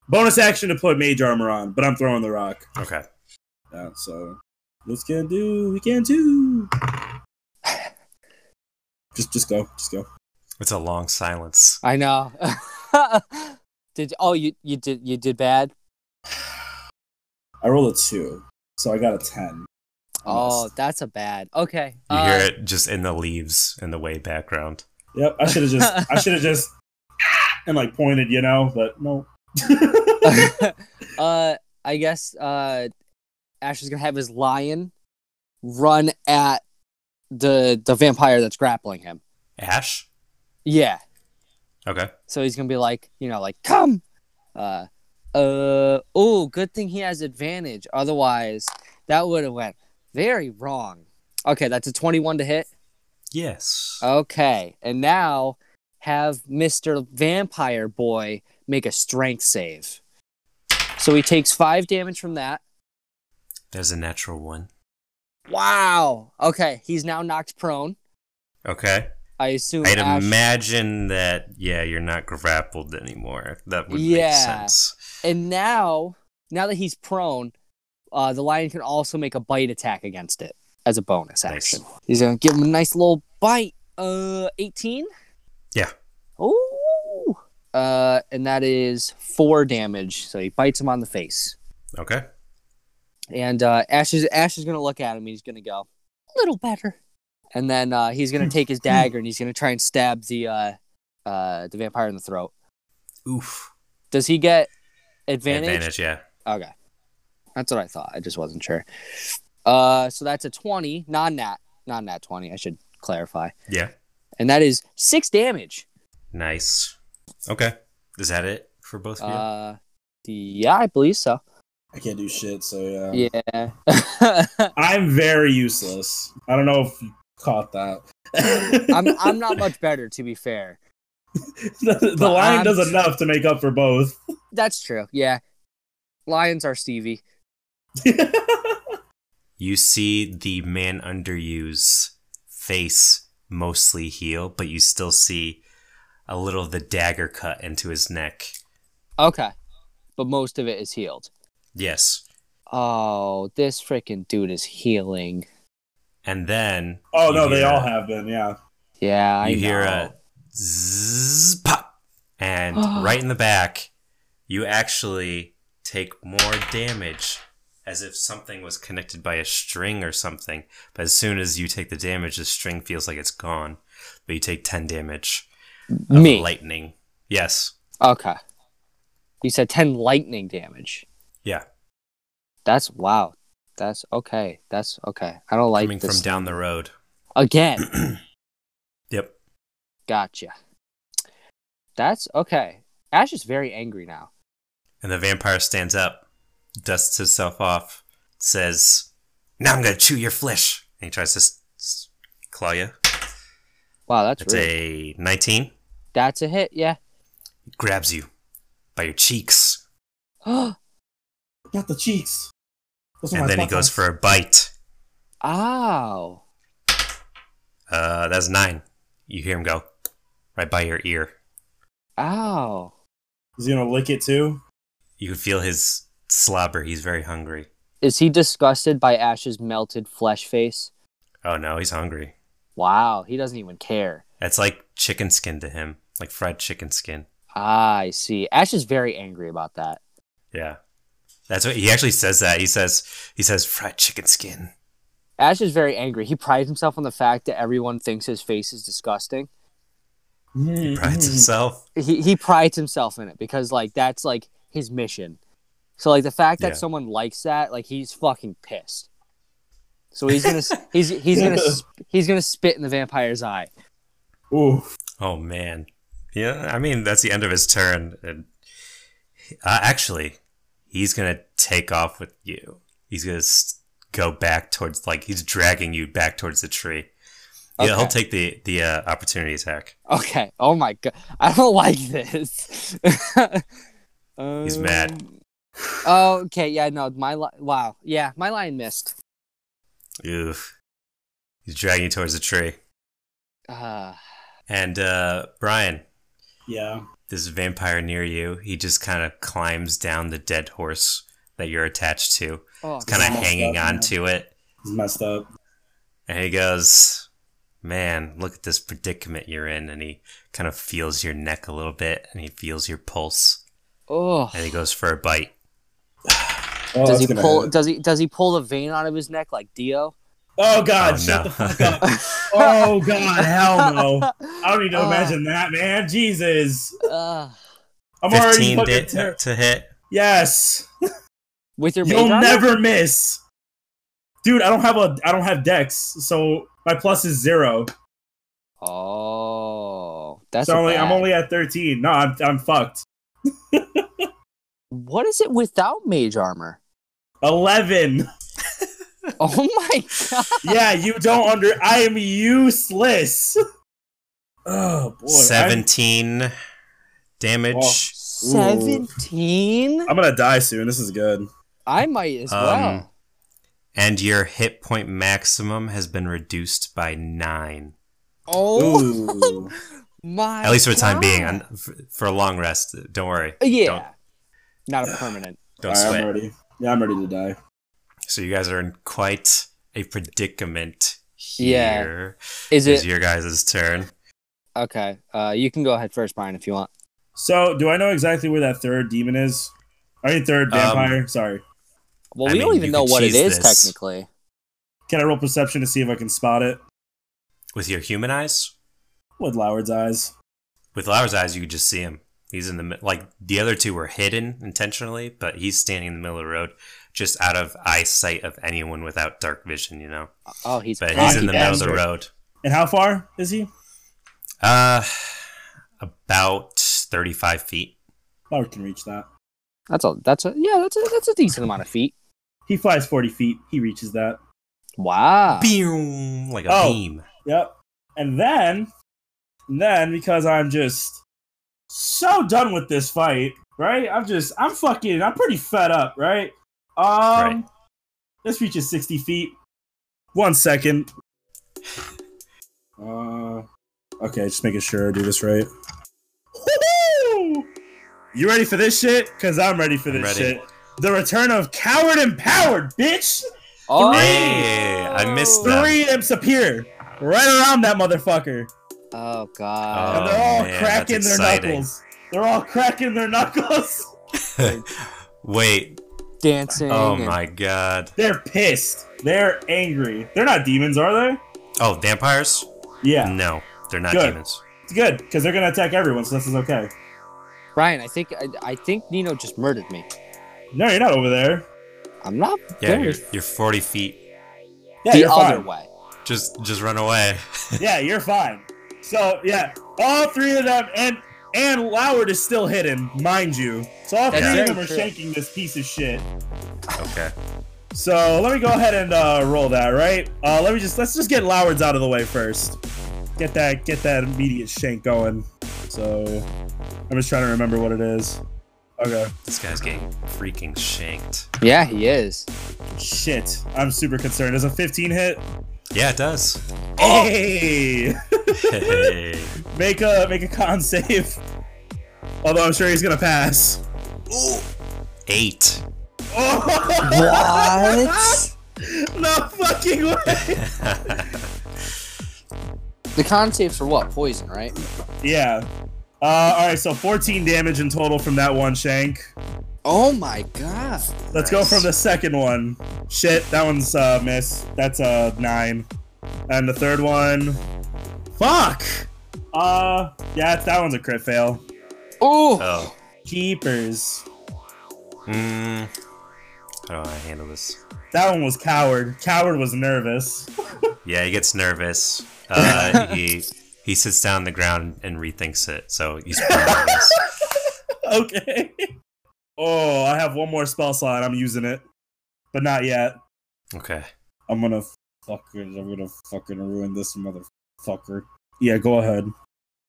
Speaker 3: Bonus action to put mage armor on, but I'm throwing the rock.
Speaker 1: Okay.
Speaker 3: Yeah, so let's can do, we
Speaker 2: *laughs*
Speaker 3: can do. just, just go, just go.
Speaker 1: It's a long silence.
Speaker 2: I know. *laughs* did oh you you did you did bad.
Speaker 3: I rolled a two, so I got a ten.
Speaker 2: Oh, that's a bad. Okay.
Speaker 1: You
Speaker 2: uh,
Speaker 1: hear it just in the leaves in the way background.
Speaker 3: Yep, I should have
Speaker 2: *laughs*
Speaker 3: just, I should have just, and like pointed, you know,
Speaker 2: *laughs*
Speaker 3: but no.
Speaker 2: uh, I guess uh, Ash is gonna have his lion run at the the vampire that's grappling him.
Speaker 1: Ash?
Speaker 2: Yeah.
Speaker 1: Okay.
Speaker 2: So he's gonna be like, you know, like come, uh, uh, oh, good thing he has advantage. Otherwise, that would have went very wrong. Okay, that's a twenty-one to hit.
Speaker 1: Yes.
Speaker 2: Uh, Okay, and now have Mister Vampire Boy make a strength save. So he takes five damage from that.
Speaker 1: There's a natural one.
Speaker 2: Wow. Okay, he's now knocked prone.
Speaker 1: Okay.
Speaker 2: I assume.
Speaker 1: I'd
Speaker 2: Ash-
Speaker 1: imagine that, yeah, you're not grappled anymore. That would
Speaker 2: Yeah.
Speaker 1: make sense.
Speaker 2: And now, now that he's prone, uh, the lion can also make a bite attack against it as a bonus
Speaker 1: Nice.
Speaker 2: action. He's gonna give him a nice little bite. Uh, eighteen.
Speaker 1: Yeah.
Speaker 2: Ooh. Uh, and that is four damage. So he bites him on the face.
Speaker 1: Okay.
Speaker 2: And uh, Ash is Ash is gonna look at him. and He's gonna go a little better. And then uh, he's gonna take his dagger and he's gonna try and stab the uh, uh, the vampire in the throat.
Speaker 1: Oof.
Speaker 2: Does he get
Speaker 1: Advantage, yeah.
Speaker 2: Okay. That's what I thought. I just wasn't sure. Uh, so that's a 20, non nat, non nat 20, I should clarify.
Speaker 1: Yeah.
Speaker 2: And that is six damage.
Speaker 1: Nice. Okay. Is that it for both of you?
Speaker 2: Uh, yeah, I believe so.
Speaker 3: I can't do shit, so yeah.
Speaker 2: Yeah. *laughs*
Speaker 3: I'm very useless. I don't know if you caught that.
Speaker 2: I'm, I'm not much better, to be fair.
Speaker 3: *laughs* the the
Speaker 2: but
Speaker 3: lion
Speaker 2: I'm-
Speaker 3: does enough to make up for both. *laughs*
Speaker 2: That's true. Yeah. Lions are Stevie.
Speaker 1: you see the man under you's face mostly heal, but you still see a little of the dagger cut into his neck.
Speaker 2: Okay. But most of it is healed.
Speaker 1: Yes.
Speaker 2: Oh, this freaking dude is healing.
Speaker 1: And then
Speaker 3: oh
Speaker 1: you
Speaker 3: no, they
Speaker 1: hear
Speaker 3: all
Speaker 1: a-
Speaker 3: have been. Yeah.
Speaker 2: Yeah, I
Speaker 1: you hear
Speaker 2: know.
Speaker 1: a zzz, pop,
Speaker 2: *gasps*
Speaker 1: and right in the back, you actually take more damage, as if something was connected by a string or something. But as soon as you take the damage, the string feels like it's gone, but you take ten damage of
Speaker 2: Me.
Speaker 1: lightning. Yes,
Speaker 2: Okay. You said 10 lightning damage.
Speaker 1: yeah,
Speaker 2: That's wow. That's okay. That's okay. I don't like
Speaker 1: coming
Speaker 2: this
Speaker 1: from down the road. *clears throat*
Speaker 2: again.
Speaker 1: Yep.
Speaker 2: Gotcha. That's okay. Ash is very angry now.
Speaker 1: And the vampire stands up, dusts himself off, says, "Now I'm gonna chew your flesh." And he tries to s- s- claw you.
Speaker 2: Wow, that's
Speaker 1: That's
Speaker 2: rude.
Speaker 1: a nineteen.
Speaker 2: That's a hit. Yeah. *gasps*
Speaker 1: grabs you by your cheeks,
Speaker 3: Not the cheeks. Those are my
Speaker 1: and then he
Speaker 3: butt
Speaker 1: goes
Speaker 3: holes.
Speaker 1: for a bite.
Speaker 2: Ow.
Speaker 1: Uh, that's nine. You hear him go right by your ear.
Speaker 2: Ow.
Speaker 3: Is he gonna lick it too?
Speaker 1: You can feel his slobber. He's very hungry.
Speaker 2: Is he disgusted by Ash's melted flesh face?
Speaker 1: Oh no, he's hungry.
Speaker 2: Wow, he doesn't even care.
Speaker 1: That's like chicken skin to him, like fried chicken skin.
Speaker 2: Ah, I see. Ash is very angry about that.
Speaker 1: Yeah, that's what he actually says. That he says he says fried chicken skin.
Speaker 2: Ash is very angry. He prides himself on the fact that everyone thinks his face is disgusting.
Speaker 1: He
Speaker 3: Mm-hmm.
Speaker 1: prides himself.
Speaker 2: he he prides himself in it because like that's like his mission. So like the fact that
Speaker 1: Yeah.
Speaker 2: someone likes that, like he's fucking pissed. So he's
Speaker 1: *laughs*
Speaker 2: gonna s- he's he's gonna sp- he's gonna spit in the vampire's eye.
Speaker 3: Ooh.
Speaker 1: Oh man. Yeah, I mean that's the end of his turn. And uh, actually, he's gonna take off with you. He's gonna s go back towards like he's dragging you back towards the tree. Yeah, he'll
Speaker 2: Okay.
Speaker 1: take the the uh, opportunity attack.
Speaker 2: Okay. Oh my god, I don't *laughs* like this. *laughs*
Speaker 1: He's mad.
Speaker 2: Um, Oh, okay. Yeah. No. My li- wow. Yeah. My lion missed.
Speaker 1: Oof. He's dragging you towards the tree.
Speaker 2: Uh,
Speaker 1: And uh, Brian,
Speaker 3: Yeah.
Speaker 1: this vampire near you, he just kind of climbs down the dead horse that you're attached to,
Speaker 2: oh.
Speaker 1: kind of
Speaker 3: Yeah.
Speaker 1: hanging on to it.
Speaker 3: He's messed up.
Speaker 1: And he goes, Man, look at this predicament you're in. And he kind of feels your neck a little bit and he feels your pulse.
Speaker 2: Oh.
Speaker 1: And he goes for a bite.
Speaker 3: Oh,
Speaker 2: Does
Speaker 3: that's
Speaker 2: he
Speaker 3: gonna
Speaker 2: pull?
Speaker 3: hurt.
Speaker 2: Does he? Does he pull the vein out of his neck like Dio?
Speaker 3: Oh god!
Speaker 1: Oh,
Speaker 3: shut
Speaker 1: no.
Speaker 3: the fuck up.
Speaker 1: *laughs*
Speaker 3: oh god! Hell no! I don't need
Speaker 2: *laughs*
Speaker 3: to
Speaker 2: Uh.
Speaker 3: imagine that, man. Jesus.
Speaker 2: Uh,
Speaker 3: I'm already
Speaker 1: 15
Speaker 3: fucking
Speaker 1: di-
Speaker 3: ter-
Speaker 1: to hit.
Speaker 3: Yes.
Speaker 2: with your
Speaker 3: You'll
Speaker 2: mage armor?
Speaker 3: never miss. Dude, I don't have a I don't have dex, so my plus is zero.
Speaker 2: Oh, That's
Speaker 3: so only, I'm
Speaker 2: bad.
Speaker 3: only at 13. No, I'm, I'm fucked.
Speaker 2: What is it without
Speaker 1: *laughs*
Speaker 2: mage armor? *laughs*
Speaker 3: 11.
Speaker 2: Oh my god!
Speaker 3: yeah, you don't under. I am useless. *laughs* oh boy. I'm-
Speaker 1: 17
Speaker 3: Well,
Speaker 1: damage.
Speaker 2: Seventeen.
Speaker 3: I'm, gonna die soon. This is good.
Speaker 2: I might as
Speaker 1: Um,
Speaker 2: well.
Speaker 1: and your hit point maximum has been reduced by nine.
Speaker 2: Oh
Speaker 3: Ooh.
Speaker 2: my!
Speaker 1: At least for the time being,
Speaker 2: God.
Speaker 1: un- for, for a long rest. Don't worry.
Speaker 2: yeah,
Speaker 1: don't-
Speaker 2: not a permanent.
Speaker 1: *laughs* Don't
Speaker 3: Alright,
Speaker 1: sweat.
Speaker 3: I'm ready. Yeah, I'm ready to die.
Speaker 1: So you guys are in quite a predicament
Speaker 2: Yeah.
Speaker 1: here.
Speaker 2: Is
Speaker 1: It's
Speaker 2: it
Speaker 1: your guys' turn.
Speaker 2: okay? Uh, you can go ahead first, Brian, if you want.
Speaker 3: So, do I know exactly where that third demon is? I mean,
Speaker 1: Um,
Speaker 3: third vampire. Sorry.
Speaker 2: Well,
Speaker 1: I
Speaker 2: we don't
Speaker 1: mean,
Speaker 2: even
Speaker 1: you
Speaker 2: know
Speaker 1: could
Speaker 2: what it
Speaker 1: cheese
Speaker 2: is
Speaker 1: this.
Speaker 2: technically.
Speaker 3: Can I roll perception to see if I can spot it
Speaker 1: With your human eyes,
Speaker 3: with Loward's eyes?
Speaker 1: with Lauer's eyes, you could just see him. He's in the mi- like the other two were hidden intentionally, but he's standing in the middle of the road, just out of eyesight of anyone without dark vision. You know,
Speaker 2: Oh, he's
Speaker 1: but he's in
Speaker 2: cocky
Speaker 1: the middle of the
Speaker 2: bastard.
Speaker 1: road.
Speaker 3: And how far is he?
Speaker 1: Uh, about thirty-five feet.
Speaker 3: Loward can reach that.
Speaker 2: That's a that's a yeah that's a that's a decent amount of feet.
Speaker 3: He flies 40 feet. He reaches that.
Speaker 2: Wow.
Speaker 1: Boom, like a
Speaker 3: Oh.
Speaker 1: beam.
Speaker 3: Yep. And then, and then because I'm just so done with this fight, right? I'm just, I'm fucking, I'm pretty fed up, right? Um,
Speaker 1: Right.
Speaker 3: this reaches 60 feet. One second. Uh, okay, just making sure I do this right. Woo-hoo! You ready for this shit? Cause I'm ready for
Speaker 1: I'm
Speaker 3: this
Speaker 1: ready.
Speaker 3: shit. The return of Coward Empowered, bitch!
Speaker 2: Oh.
Speaker 1: Hey, I missed that.
Speaker 3: Three imps appear right around that motherfucker.
Speaker 2: Oh
Speaker 3: and
Speaker 2: god.
Speaker 3: they're
Speaker 1: Oh,
Speaker 3: all
Speaker 1: man,
Speaker 3: cracking
Speaker 1: that's
Speaker 3: their
Speaker 1: exciting.
Speaker 3: knuckles. They're all *laughs* cracking their knuckles.
Speaker 1: Wait.
Speaker 2: Dancing.
Speaker 1: Oh
Speaker 2: and-
Speaker 1: my god.
Speaker 3: They're pissed. They're angry. They're not demons, are they?
Speaker 1: Oh, vampires?
Speaker 3: Yeah,
Speaker 1: No, they're not
Speaker 3: Good.
Speaker 1: demons.
Speaker 3: it's good because they're gonna attack everyone, so this is okay.
Speaker 2: Brian, I think I, I think Nino just murdered me.
Speaker 3: No, you're not over there.
Speaker 2: I'm not
Speaker 1: Yeah,
Speaker 2: very
Speaker 1: you're, you're forty feet.
Speaker 3: Yeah,
Speaker 2: the
Speaker 3: you're
Speaker 2: other
Speaker 3: fine.
Speaker 2: way.
Speaker 1: Just just run away.
Speaker 3: Yeah, you're fine. So yeah, all three of them and and Loward is still hidden, mind you. So all three
Speaker 1: That's
Speaker 3: of
Speaker 2: very
Speaker 3: them are
Speaker 2: true.
Speaker 3: shaking this piece of shit.
Speaker 1: Okay.
Speaker 3: So let me go ahead and uh, roll that, right? Uh, let me just let's just get Loward's out of the way first. Get that get that immediate shank going. So I'm just trying to remember what it is. Okay.
Speaker 1: This guy's getting freaking shanked.
Speaker 2: Yeah, he is.
Speaker 3: Shit. I'm super concerned. Is a 15 hit?
Speaker 1: Yeah, it *laughs* does.
Speaker 3: Hey!
Speaker 1: Hey.
Speaker 3: Make a make a con save. Although I'm sure he's gonna pass.
Speaker 1: Eight. *laughs*
Speaker 3: Oh!
Speaker 2: What?
Speaker 3: *laughs* no fucking way!
Speaker 1: Oh.
Speaker 2: The con saves for what? Poison, right?
Speaker 3: yeah. Uh, all right. So 14 damage in total from that one shank.
Speaker 2: Oh my god.
Speaker 1: Nice.
Speaker 3: Let's go from the second one. Shit, that one's uh miss. That's a nine. And the third one. Fuck! Uh yeah, that one's a crit fail.
Speaker 2: Ooh.
Speaker 1: Oh.
Speaker 3: Keepers.
Speaker 1: Mm. How do I handle this?
Speaker 3: That one was coward. Coward was nervous. *laughs*
Speaker 1: Yeah, he gets nervous. Uh, he he sits down on the ground and rethinks it. So he's powerless.
Speaker 3: okay. Oh, I have one more spell slot. I'm using it. But not yet.
Speaker 1: okay.
Speaker 3: I'm gonna fucking I'm gonna fucking ruin this motherfucker. Yeah, go ahead.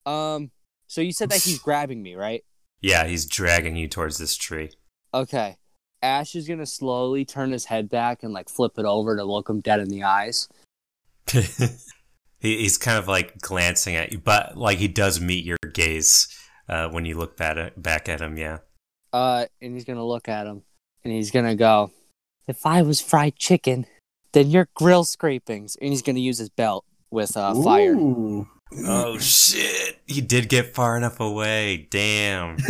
Speaker 2: Um. So you said that he's grabbing me, right?
Speaker 1: Yeah, he's dragging you towards this tree.
Speaker 2: Okay. Ash is gonna slowly turn his head back and like flip it over to look him dead in the eyes.
Speaker 1: *laughs* he, he's kind of like glancing at you, but like he does meet your gaze uh, when you look back at, back at him. Yeah.
Speaker 2: Uh, and he's gonna look at him, and he's gonna go, "If I was fried chicken, then you're grill scrapings." And he's gonna use his belt with uh, fire.
Speaker 3: *laughs* Ooh.
Speaker 1: Oh shit! He did get far enough away. *laughs* Damn.
Speaker 2: *laughs*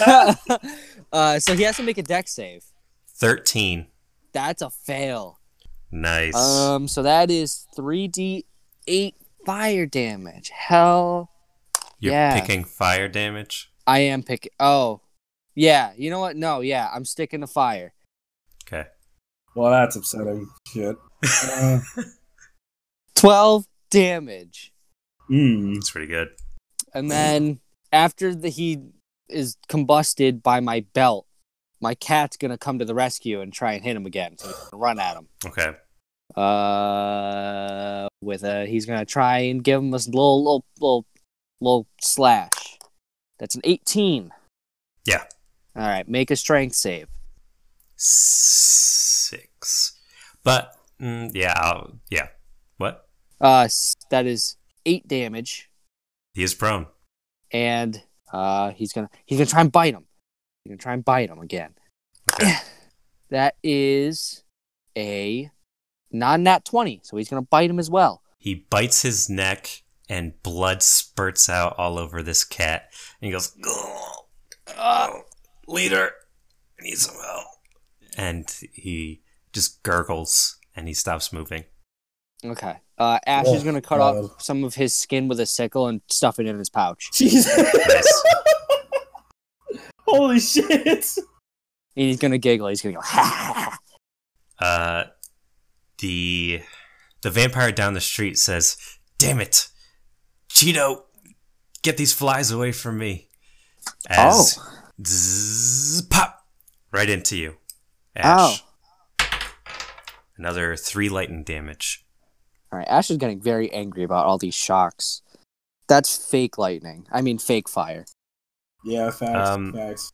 Speaker 2: uh, so he has to make a deck save.
Speaker 1: Thirteen.
Speaker 2: That's a fail.
Speaker 1: Nice.
Speaker 2: Um, so that is three d eight fire damage. Hell,
Speaker 1: You're
Speaker 2: yeah.
Speaker 1: picking fire damage.
Speaker 2: I am picking. Oh, yeah. You know what? No, yeah. I'm sticking to fire.
Speaker 1: Okay.
Speaker 3: Well, that's upsetting. Shit. Uh,
Speaker 2: Twelve damage.
Speaker 3: mm. Hmm.
Speaker 1: That's pretty good.
Speaker 2: And then after the he is combusted by my belt, my cat's gonna come to the rescue and try and hit him again. So he's gonna run at him.
Speaker 1: Okay.
Speaker 2: Uh, with a he's gonna try and give him a little little little little slash. That's an eighteen.
Speaker 1: Yeah.
Speaker 2: All right, make a strength save.
Speaker 1: Six. But mm, yeah, I'll, yeah. What?
Speaker 2: Uh, s- that is eight damage,
Speaker 1: He is prone.
Speaker 2: and uh, he's gonna he's gonna try and bite him. He's gonna try and bite him again.
Speaker 1: Okay.
Speaker 2: *clears throat* That is a non nat twenty, so he's gonna bite him as well.
Speaker 1: He bites his neck, and blood spurts out all over this cat. And he goes, "Ugh, oh, "Leader, I need some help." And he just gurgles, and he stops moving.
Speaker 2: Okay. Uh, Ash is
Speaker 3: Oh,
Speaker 2: gonna cut off
Speaker 3: God.
Speaker 2: some of his skin with a sickle and stuff it in his pouch.
Speaker 1: Nice.
Speaker 3: Jesus. *laughs* Holy shit.
Speaker 2: And he's gonna giggle. He's gonna go. *laughs* Ha, ha, ha.
Speaker 1: Uh, the the vampire down the street says, "Damn it, Cheeto, get these flies away from me!" As zzz, pop right into you, Ash. Another three lightning damage.
Speaker 2: All right. Ash is getting very angry about all these shocks. That's fake lightning. I mean, fake fire.
Speaker 3: Yeah, facts.
Speaker 1: Um,
Speaker 3: facts.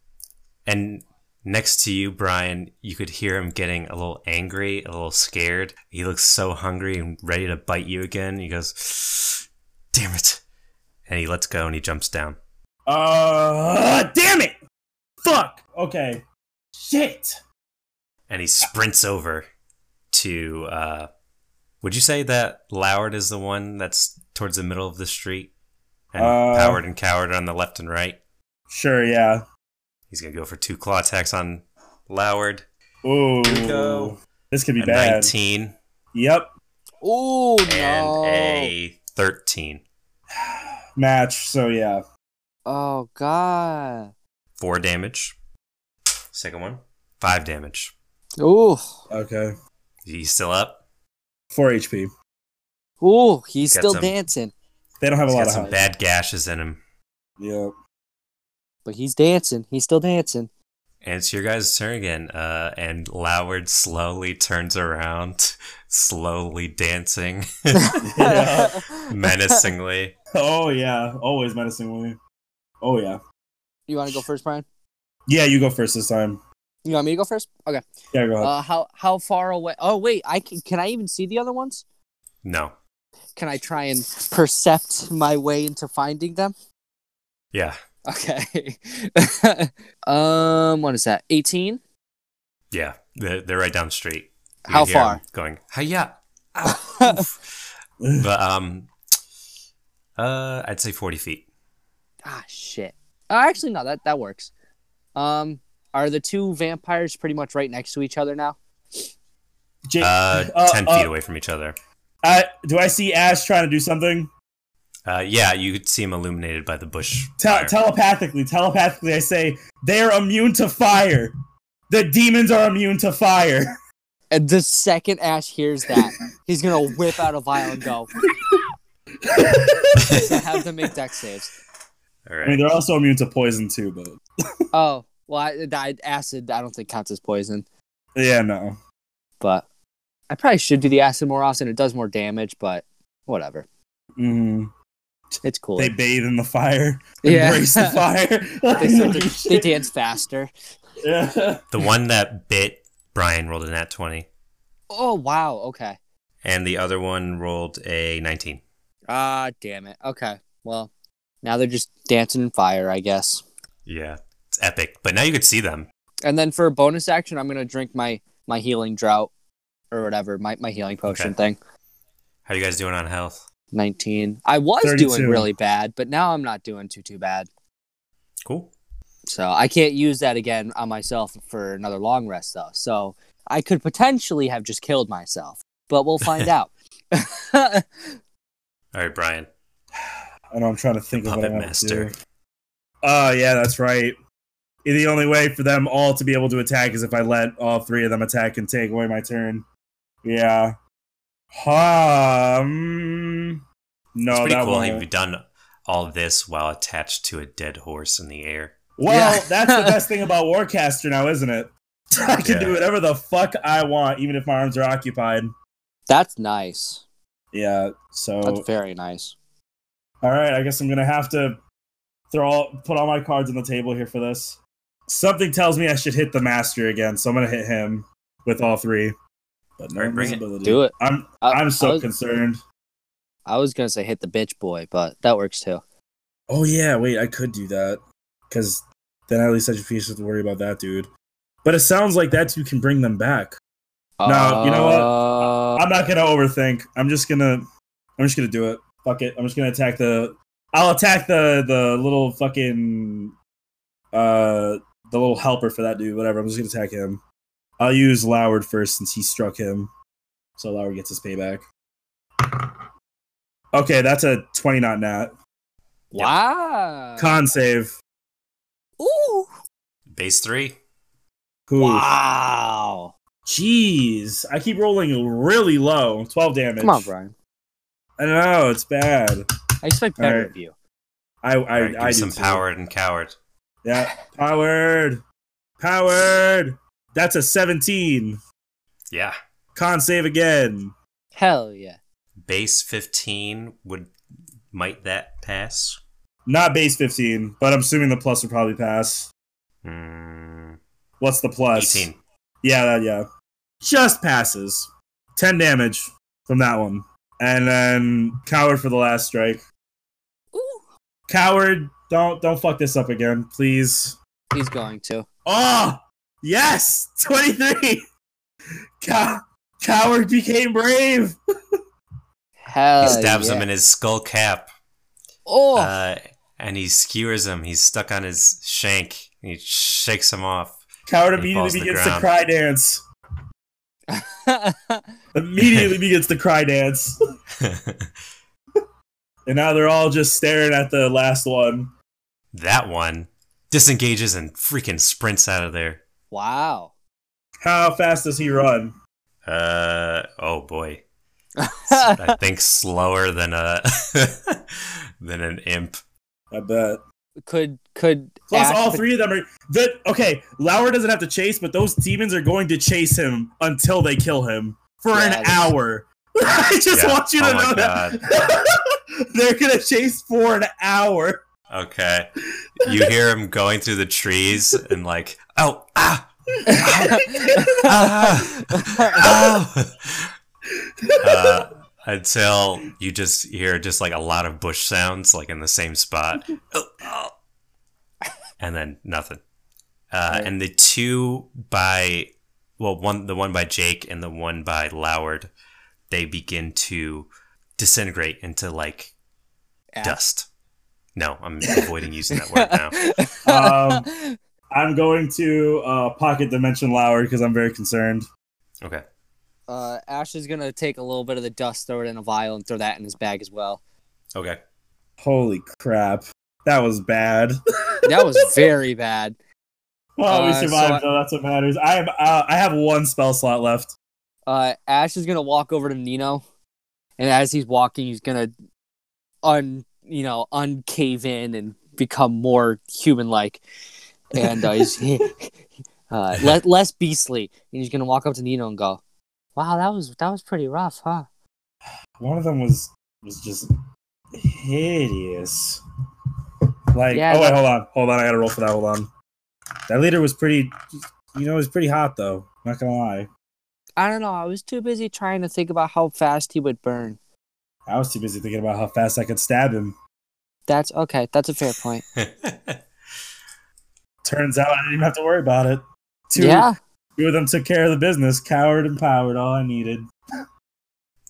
Speaker 1: And next to you, Brian, you could hear him getting a little angry, a little scared. He looks so hungry and ready to bite you again. He goes, "Damn it!" And he lets go and he jumps down.
Speaker 3: Uh, damn it! Fuck! Okay. Shit!
Speaker 1: and he sprints over to uh would you say that Loward is the one that's towards the middle of the street? And
Speaker 3: Uh.
Speaker 1: Howard and Coward are on the left and right.
Speaker 3: Sure, yeah.
Speaker 1: He's gonna go for two claw attacks on Loward.
Speaker 3: Ooh.
Speaker 1: go.
Speaker 3: This could be
Speaker 1: A
Speaker 3: bad.
Speaker 1: nineteen
Speaker 3: Yep.
Speaker 2: Oh
Speaker 1: and
Speaker 2: no!
Speaker 1: a thirteen.
Speaker 3: Match, so yeah.
Speaker 2: Oh god!
Speaker 1: Four damage. Second one. Five damage.
Speaker 2: Ooh,
Speaker 3: Okay.
Speaker 1: He's still up.
Speaker 3: 4 HP.
Speaker 2: ooh, he's
Speaker 1: Got
Speaker 2: still
Speaker 1: some-
Speaker 2: dancing,
Speaker 3: They don't have
Speaker 1: He's
Speaker 3: a lot
Speaker 1: got
Speaker 3: of
Speaker 1: some
Speaker 3: health.
Speaker 1: bad gashes in him.
Speaker 3: Yep.
Speaker 2: but he's dancing. He's still dancing.
Speaker 1: And it's your guys' turn again. Uh, and Loward slowly turns around, *laughs* slowly dancing *laughs*
Speaker 3: Yeah.
Speaker 2: *laughs*
Speaker 1: menacingly.
Speaker 3: Oh, yeah. Always menacingly. Oh, yeah.
Speaker 2: you want to go first, Brian?
Speaker 3: Yeah, you go first this time.
Speaker 2: You want me to go first? Okay.
Speaker 3: Yeah, go ahead.
Speaker 2: Uh, how how far away? Oh wait, I can. Can I even see the other ones?
Speaker 1: No.
Speaker 2: Can I try and percept my way into finding them?
Speaker 1: Yeah.
Speaker 2: Okay. *laughs* um, what is that? Eighteen.
Speaker 1: Yeah. They're, they're right down the street. You
Speaker 2: How
Speaker 1: can hear
Speaker 2: far?
Speaker 1: 'em Going,
Speaker 2: *laughs*
Speaker 1: hiya. Ow, oof."
Speaker 3: *laughs*
Speaker 1: but um, uh, I'd say 40 feet.
Speaker 2: Ah, shit. Uh, actually, no, that that works. Um, are the two vampires pretty much right next to each other now?
Speaker 3: Jake,
Speaker 1: Uh,
Speaker 3: Uh,
Speaker 1: 10
Speaker 3: uh.
Speaker 1: feet away from each other.
Speaker 3: I, do I see Ash trying to do something?
Speaker 1: Uh, yeah, you could see him illuminated by the bush.
Speaker 3: Te-
Speaker 1: fire.
Speaker 3: telepathically, telepathically, I say they're immune to fire. The demons are immune to fire.
Speaker 2: And the second Ash hears that, he's gonna whip out a vial and go. so have them make deck saves.
Speaker 1: All
Speaker 3: I mean,
Speaker 1: right.
Speaker 3: they're also immune to poison too, but
Speaker 2: Oh, well, I, I, acid. I don't think counts as poison,
Speaker 3: yeah, no.
Speaker 2: but I probably should do the acid more often. It does more damage, but whatever.
Speaker 3: Mhm.
Speaker 2: It's cool.
Speaker 3: They bathe in the fire,
Speaker 2: *laughs* Yeah.
Speaker 3: embrace the
Speaker 2: *laughs*
Speaker 3: fire. *laughs*
Speaker 2: They start to- they dance faster.
Speaker 3: Yeah.
Speaker 1: The one that bit Brian rolled a nat 20,
Speaker 2: Oh wow. Okay.
Speaker 1: and the other one rolled a 19.
Speaker 2: Ah, damn it. Okay. Well, now they're just dancing in fire, I guess.
Speaker 1: Yeah, it's epic. But now you could see them.
Speaker 2: And then for a bonus action, I'm gonna drink my my healing drought or whatever my my healing potion thing.
Speaker 1: How you guys doing on health?
Speaker 2: Nineteen. I was
Speaker 3: 32.
Speaker 2: doing really bad, but now I'm not doing too too bad.
Speaker 1: Cool.
Speaker 2: So I can't use that again on myself for another long rest though. So I could potentially have just killed myself, but we'll find out. *laughs*
Speaker 1: All right, Brian.
Speaker 3: I know. I'm trying to think of what I
Speaker 1: Puppet
Speaker 3: want
Speaker 1: master.
Speaker 3: to do. Oh yeah, that's right. The only way for them all to be able to attack is if I let all three of them attack and take away my turn. Yeah. Um. No,
Speaker 1: it's pretty
Speaker 3: that
Speaker 1: cool.
Speaker 3: won't.
Speaker 1: You've done all this while attached to a dead horse in the air.
Speaker 3: Well,
Speaker 2: Yeah.
Speaker 3: that's the
Speaker 2: *laughs*
Speaker 3: best thing about Warcaster now, isn't it? *laughs* I can do
Speaker 1: Yeah.
Speaker 3: whatever the fuck I want, even if my arms are occupied.
Speaker 2: That's nice.
Speaker 3: Yeah. So
Speaker 2: That's very nice.
Speaker 3: All right, I guess I'm gonna have to throw all, put all my cards on the table here for this. Something tells me I should hit the master again, so I'm gonna hit him with all three. But no
Speaker 1: All right, bring it.
Speaker 3: invisibility.
Speaker 2: Do it.
Speaker 3: I'm
Speaker 2: I,
Speaker 3: I'm
Speaker 2: I
Speaker 3: so
Speaker 2: was,
Speaker 3: concerned.
Speaker 2: I was gonna say hit the bitch boy, but that works too.
Speaker 3: Oh yeah, wait, I could do that because then at least I should be have to worry about that dude. But it sounds like that dude can bring them back. No, you know what?
Speaker 2: what?
Speaker 3: I'm not gonna overthink. I'm just gonna I'm just gonna do it. Fuck it. I'm just gonna attack the I'll attack the the little fucking uh the little helper for that dude, whatever. I'm just gonna attack him. I'll use Loward first since he struck him. So Loward gets his payback. Okay, that's a 20 not nat.
Speaker 2: Wow.
Speaker 3: Con save.
Speaker 2: Ooh.
Speaker 1: Base three.
Speaker 3: Ooh.
Speaker 2: Wow.
Speaker 3: Jeez. I keep rolling really low. 12 damage.
Speaker 2: Come on, Brian.
Speaker 3: I know, it's bad.
Speaker 2: I expect better
Speaker 3: Alright.
Speaker 2: of you.
Speaker 3: I I,
Speaker 1: All right, give
Speaker 3: I
Speaker 1: me
Speaker 3: do
Speaker 1: some
Speaker 3: too.
Speaker 1: powered and coward.
Speaker 3: Yeah. Powered. Powered. That's a 17.
Speaker 1: Yeah.
Speaker 3: Con save again.
Speaker 2: Hell yeah.
Speaker 1: Base fifteen would might that pass?
Speaker 3: Not base 15, but I'm assuming the plus would probably pass.
Speaker 1: Mm,
Speaker 3: What's the plus?
Speaker 1: Eighteen.
Speaker 3: Yeah, that, yeah. Just passes. 10 damage from that one. And then coward for the last strike.
Speaker 2: Ooh.
Speaker 3: Coward, don't don't fuck this up again, please.
Speaker 2: He's going to.
Speaker 3: Oh, yes, 23. Cow- coward became brave.
Speaker 2: Hell
Speaker 1: He stabs
Speaker 2: Uh, yeah.
Speaker 1: him in his skull cap,
Speaker 2: Oh.
Speaker 1: uh, and he skewers him. He's stuck on his shank. He shakes him off. *laughs*
Speaker 3: Coward
Speaker 1: He falls to
Speaker 3: immediately
Speaker 1: the
Speaker 3: begins to
Speaker 1: ground.
Speaker 3: cry dance.
Speaker 1: uh,
Speaker 3: immediately begins to cry dance. And now they're all just staring at the last one.
Speaker 1: that one disengages and freaking sprints out of there.
Speaker 2: *laughs* wow.
Speaker 3: How fast does he run?
Speaker 1: Uh oh boy. I think slower than a *laughs* than an imp.
Speaker 3: I bet.
Speaker 2: *laughs* could could
Speaker 3: Plus,
Speaker 2: Ash
Speaker 3: all
Speaker 2: pot-
Speaker 3: three of them are. The, okay, Lauer doesn't have to chase, but those demons are going to chase him until they kill him for
Speaker 2: Yeah,
Speaker 3: an
Speaker 2: that's-
Speaker 3: hour. *laughs* I just
Speaker 1: Yeah.
Speaker 3: want you to
Speaker 1: Oh my
Speaker 3: know that. *laughs* They're going to chase for an hour.
Speaker 1: Okay. You hear him going through the trees and like, oh ah ah ow." uh, until you just hear just like a lot of bush sounds like in the same spot. Oh, oh. And then nothing. Uh, and the two by well one the one by Jake and the one by Loward, they begin to disintegrate into like
Speaker 2: Ash.
Speaker 1: dust. No, I'm avoiding using that word now.
Speaker 2: *laughs*
Speaker 3: Um, I'm going to uh, pocket dimension Lauer because I'm very concerned.
Speaker 1: Okay.
Speaker 2: uh, Ash is gonna take a little bit of the dust, throw it in a vial, and throw that in his bag as well.
Speaker 1: Okay.
Speaker 3: Holy crap. That was bad.
Speaker 2: That was very bad.
Speaker 3: Well, we
Speaker 2: Uh, so
Speaker 3: survived,
Speaker 2: I-
Speaker 3: though. That's what matters. I have uh, I have one spell slot left.
Speaker 2: Uh, Ash is gonna walk over to Nino, and as he's walking, he's gonna un you know uncave in and become more human like, and uh, he's *laughs* uh, le- less beastly. And he's gonna walk up to Nino and go, "Wow, that was that was pretty rough, huh?"
Speaker 3: One of them was was just hideous. Like,
Speaker 2: Yeah,
Speaker 3: oh wait,
Speaker 2: that-
Speaker 3: hold on, hold on. I gotta roll for that. Hold on. That leader was pretty. You know, he was pretty hot though. Not gonna lie.
Speaker 2: I don't know. I was too busy trying to think about how fast he would burn.
Speaker 3: I was too busy thinking about how fast I could stab him.
Speaker 2: That's okay. That's a fair
Speaker 1: *laughs*
Speaker 2: point.
Speaker 3: Turns out I didn't even have to worry about it. Two,
Speaker 2: yeah.
Speaker 3: two of them took care of the business. Coward and powered, all I needed.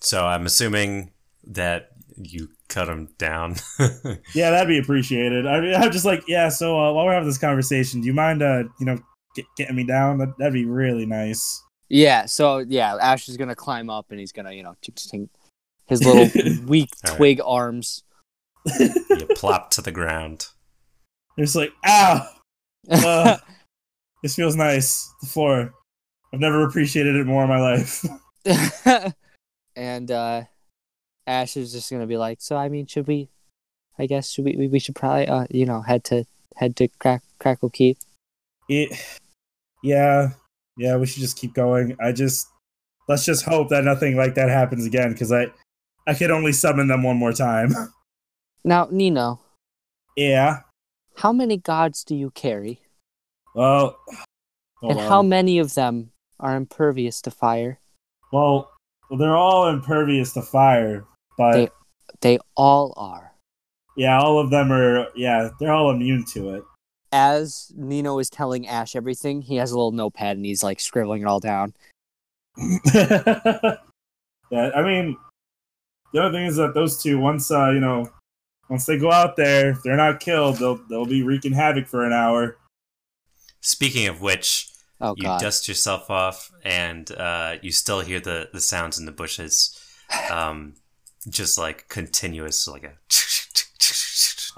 Speaker 1: so I'm assuming that you cut him down. *laughs*
Speaker 3: Yeah, that'd be appreciated. I mean, *laughs* I'm just like, yeah. So uh, while we're having this conversation, do you mind, uh, you know, get, getting me down? That, that'd be really nice.
Speaker 2: Yeah. So yeah, Ash is gonna climb up and he's gonna, you know, just take his
Speaker 1: *laughs*
Speaker 2: little weak
Speaker 1: All right.
Speaker 2: twig arms. *laughs*
Speaker 1: you plop to the ground.
Speaker 3: It's like, ow,
Speaker 1: Uh,
Speaker 3: *laughs* Ugh. this feels nice. The floor. I've never appreciated it more in my life. *laughs*
Speaker 2: *laughs* and uh Ash is just gonna be like, so I mean, should we? I guess should we we- we should probably uh you know head to head to crack crackle keep.
Speaker 3: It, yeah, yeah. We should just keep going. I just let's just hope that nothing like that happens again because I, I could only summon them one more time. *laughs*
Speaker 2: Now Nino,
Speaker 3: yeah.
Speaker 2: how many gods do you carry,
Speaker 3: Well. hold
Speaker 2: and
Speaker 3: on.
Speaker 2: how many of them are impervious to fire?
Speaker 3: Well, they're all impervious to fire, but
Speaker 2: They- They all are.
Speaker 3: yeah, all of them are. Yeah, they're all immune to it.
Speaker 2: As Nino is telling Ash everything, he has a little notepad and he's like scribbling it all down.
Speaker 3: *laughs* yeah, I mean, the other thing is that those two, once uh, you know, once they go out there, if they're not killed, they'll they'll be wreaking havoc for an hour.
Speaker 1: Speaking of which,
Speaker 2: Oh
Speaker 1: you
Speaker 2: god.
Speaker 1: dust yourself off and uh, you still hear the, the sounds in the bushes. Um, just like continuous, like a.
Speaker 3: *laughs*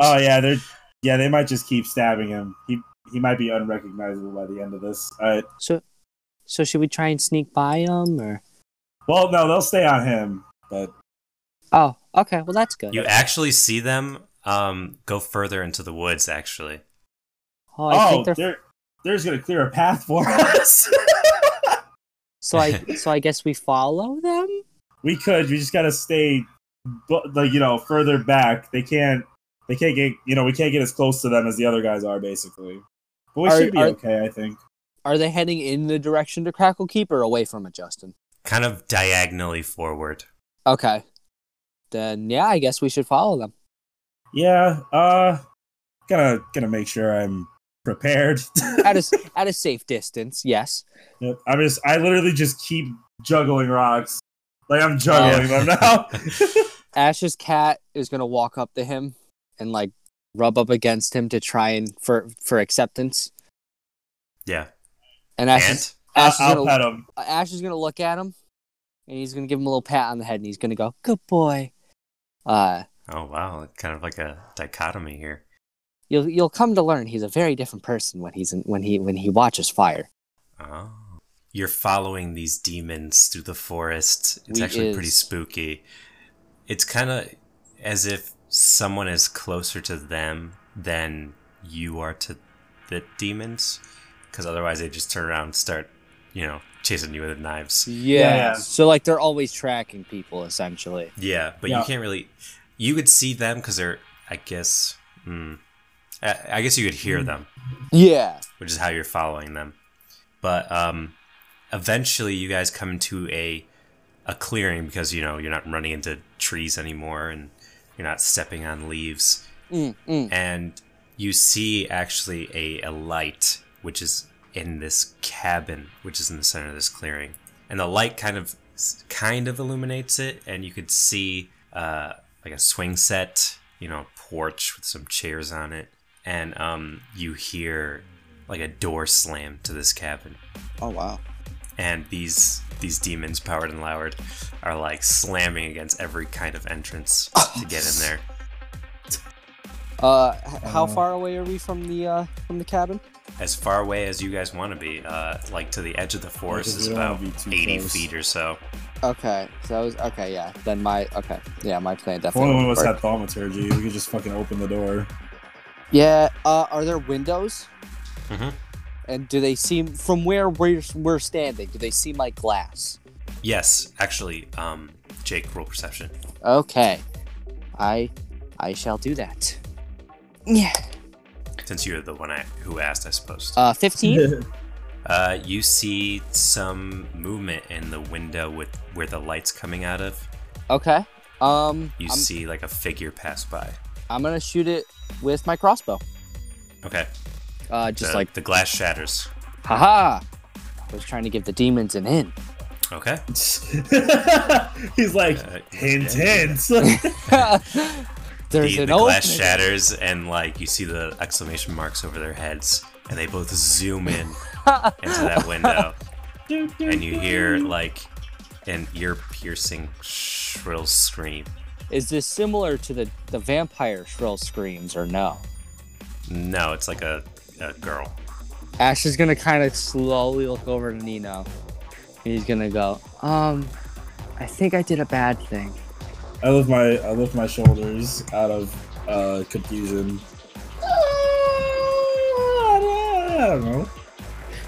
Speaker 3: Oh yeah, they're yeah they might just keep stabbing him. He he might be unrecognizable by the end of this. Uh,
Speaker 2: So so should we try and sneak by him or
Speaker 3: well, no, they'll stay on him, but
Speaker 2: Oh, okay. Well, that's good.
Speaker 1: You actually see them um, go further into the woods, actually.
Speaker 2: Oh, I
Speaker 3: oh,
Speaker 2: think they're,
Speaker 3: they're, they're just gonna clear a path for *laughs* us.
Speaker 2: *laughs* so I so I guess we follow them.
Speaker 3: We could. We just gotta stay, bu- like you know, further back. They can't. They can't get. You know, we can't get as close to them as the other guys are, basically. But we
Speaker 2: Are-
Speaker 3: should be
Speaker 2: are-
Speaker 3: okay, I think.
Speaker 2: Are they heading in the direction to Crackle Keep or away from it, Justin?
Speaker 1: Kind of diagonally forward.
Speaker 2: Okay. Then yeah, I guess we should follow them.
Speaker 3: Yeah. Uh, gonna gonna make sure I'm prepared. *laughs*
Speaker 2: At a *laughs* s- at a safe distance, yes.
Speaker 3: Yep, I'm just. I literally just keep juggling rocks. Like I'm juggling them now.
Speaker 2: Ash's cat is gonna walk up to him and like rub up against him to try and for for acceptance.
Speaker 1: Yeah.
Speaker 2: And Ash
Speaker 1: and
Speaker 2: is, Ash, is
Speaker 3: I- I'll
Speaker 2: gonna,
Speaker 3: pet him.
Speaker 2: Ash is gonna look at him and he's gonna give him a little pat on the head and he's gonna go, Good boy. Uh
Speaker 1: oh wow, kind of like a dichotomy here.
Speaker 2: you'll you'll come to learn he's a very different person when he's in, when he when he watches fire.
Speaker 1: Oh. You're following these demons through the forest. It's
Speaker 2: We
Speaker 1: actually
Speaker 2: is.
Speaker 1: pretty spooky. It's kind of as if someone is closer to them than you are to the demons, because otherwise they just turn around and start, you know, chasing you with knives.
Speaker 2: Yeah.
Speaker 3: yeah.
Speaker 2: So like they're always tracking people essentially.
Speaker 1: Yeah, but
Speaker 3: Yeah.
Speaker 1: you can't really. You could see them because they're, I guess, hmm, I, I guess you could hear them.
Speaker 2: Yeah.
Speaker 1: which is how you're following them. But um, eventually, you guys come into a a clearing because you know you're not running into trees anymore, and you're not stepping on leaves.
Speaker 2: Mm, mm.
Speaker 1: And you see actually a, a light, which is in this cabin, which is in the center of this clearing. And the light kind of kind of illuminates it, and you could see uh, like a swing set, you know, porch with some chairs on it. And um, you hear like a door slam to this cabin
Speaker 2: Oh wow.
Speaker 1: and these these demons powered and lowered are like slamming against every kind of entrance to get in there
Speaker 2: Uh h- how
Speaker 3: Uh,
Speaker 2: far away are we from the uh from the cabin?
Speaker 1: as far away as you guys want to be uh, like to the edge of the forest
Speaker 3: Yeah,
Speaker 1: is
Speaker 3: 'cause we don't
Speaker 1: about
Speaker 3: wanna be too
Speaker 1: 80
Speaker 3: close.
Speaker 1: feet or so
Speaker 2: Okay. So that was okay, yeah. Then my okay. Yeah, my plan
Speaker 3: If only
Speaker 2: definitely.
Speaker 3: one of us
Speaker 2: worked.
Speaker 3: had thaumaturgy, we could just fucking open the door.
Speaker 2: Yeah, uh are there windows?
Speaker 1: Mhm.
Speaker 2: And do they seem from where we're we're standing, do they seem like glass?
Speaker 1: yes actually um, jake roll perception
Speaker 2: Okay. I I shall do that. Yeah.
Speaker 1: since you're the one I, who asked i suppose
Speaker 2: Uh 15?
Speaker 1: uh, you see some movement in the window with where the light's coming out of
Speaker 2: Okay. Um
Speaker 1: you
Speaker 2: I'm,
Speaker 1: see like a figure pass by
Speaker 2: I'm going to shoot it with my crossbow.
Speaker 1: okay
Speaker 2: Uh just
Speaker 1: the,
Speaker 2: like
Speaker 1: the glass shatters
Speaker 2: haha. I was trying to give the demons an in. *laughs*
Speaker 1: okay
Speaker 3: *laughs* He's like,
Speaker 1: Uh,
Speaker 3: hint,
Speaker 1: yeah, yeah.
Speaker 3: hint. *laughs*
Speaker 2: There's
Speaker 1: the,
Speaker 2: an
Speaker 1: the
Speaker 2: old
Speaker 1: glass shatters and like you see the exclamation marks over their heads and they both zoom in
Speaker 2: *laughs*
Speaker 1: into that window and you hear like an ear piercing shrill scream
Speaker 2: Is this similar to the the vampire shrill screams or no?
Speaker 1: no it's like a, a girl
Speaker 2: Ash is gonna kind of slowly look over to Nino. And he's gonna go, um, I think I did a bad thing.
Speaker 3: I lift my I lift my shoulders out of uh, confusion. Uh, I don't- I don't know.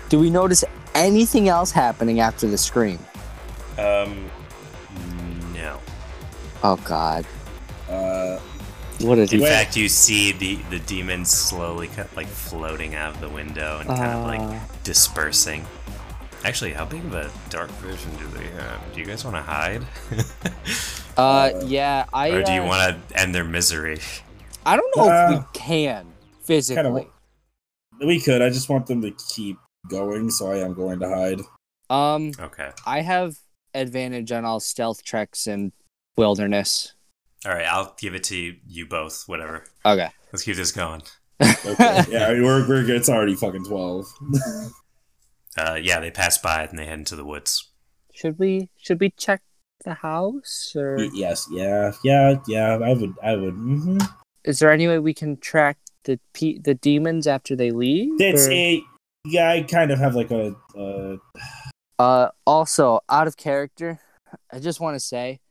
Speaker 2: Do we notice anything else happening after the scream?
Speaker 1: Um, no.
Speaker 2: Oh God,
Speaker 3: Uh,
Speaker 2: what a
Speaker 1: In
Speaker 3: Wait.
Speaker 1: fact, you see the the demons slowly kind of like floating out of the window and kind of like
Speaker 2: Uh,
Speaker 1: dispersing. Actually, how big of a dark vision do they have? Do you guys want to hide, *laughs*
Speaker 2: uh, yeah, I.
Speaker 1: or do you
Speaker 2: uh,
Speaker 1: want to end their misery?
Speaker 2: I don't know if
Speaker 3: Uh,
Speaker 2: we can physically.
Speaker 3: we could. I just want them to keep going, so I am going to hide.
Speaker 2: Um,
Speaker 1: Okay.
Speaker 2: I have advantage on all stealth checks in wilderness.
Speaker 1: All right. I'll give it to you, you both. Whatever.
Speaker 2: Okay.
Speaker 1: Let's keep this going.
Speaker 3: Okay. yeah, I mean, we're, we're good. It's already fucking twelve.
Speaker 1: Uh, yeah, they pass by and they head into the woods.
Speaker 2: Should we should we check the house or
Speaker 3: Y- yes. Yeah. Yeah. Yeah. I would. I would. hmm
Speaker 2: is there any way we can track the pe- the demons after they leave?
Speaker 3: It's
Speaker 2: or-
Speaker 3: a. Yeah, I kind of have like a. Uh,
Speaker 2: Uh, also, out of character, I just want to say,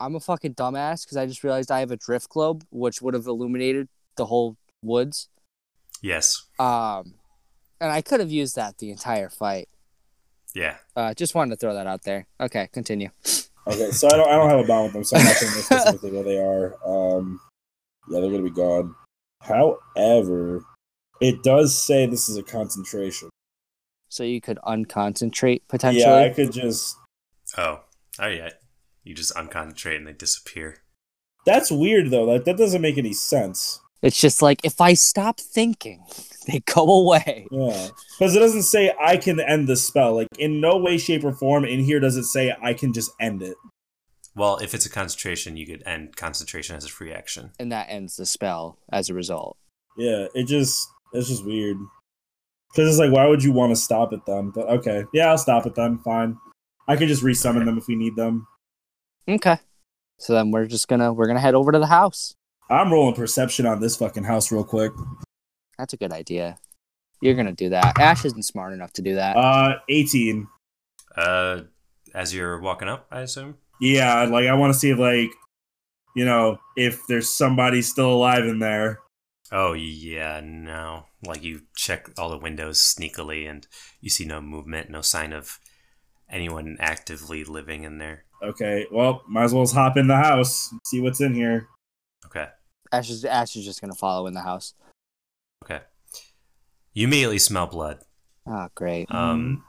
Speaker 2: I'm a fucking dumbass because I just realized I have a drift globe, which would have illuminated the whole woods.
Speaker 1: Yes.
Speaker 2: Um, and I could have used that the entire fight.
Speaker 1: Yeah.
Speaker 2: Uh, just wanted to throw that out there. Okay, continue.
Speaker 3: okay, so I don't. I don't have a bond with them, so I'm not saying this specifically where they are. Um, yeah, they're gonna be gone. However, it does say this is a concentration.
Speaker 2: So you could unconcentrate potentially.
Speaker 3: Yeah, I could just.
Speaker 1: Oh. Oh yeah. You just unconcentrate and they disappear.
Speaker 3: That's weird though. That that doesn't make any sense.
Speaker 2: It's just like if I stop thinking, *laughs* they go away.
Speaker 3: Yeah, because it doesn't say I can end the spell. Like in no way, shape, or form in here does it say I can just end it.
Speaker 1: Well, if it's a concentration, you could end concentration as a free action.
Speaker 2: And that ends the spell as a result.
Speaker 3: Yeah, it just it's just weird. Because it's like, why would you want to stop at them? But okay, yeah, I'll stop at them. Fine, I could just resummon them if we need them.
Speaker 2: Okay. So then we're just gonna we're gonna head over to the house.
Speaker 3: I'm rolling perception on this fucking house real quick.
Speaker 2: That's a good idea. You're gonna do that. Ash isn't smart enough to do that.
Speaker 3: Uh, 18.
Speaker 1: Uh, as you're walking up, I assume.
Speaker 3: Yeah, like I want to see if like, you know, if there's somebody still alive in there.
Speaker 1: Oh yeah, no. Like you check all the windows sneakily, and you see no movement, no sign of anyone actively living in there.
Speaker 3: Okay, well, might as well just hop in the house, see what's in here.
Speaker 1: Okay.
Speaker 2: Ash is Ash is just gonna follow in the house.
Speaker 1: Okay. You immediately smell blood.
Speaker 2: Oh great.
Speaker 1: Um,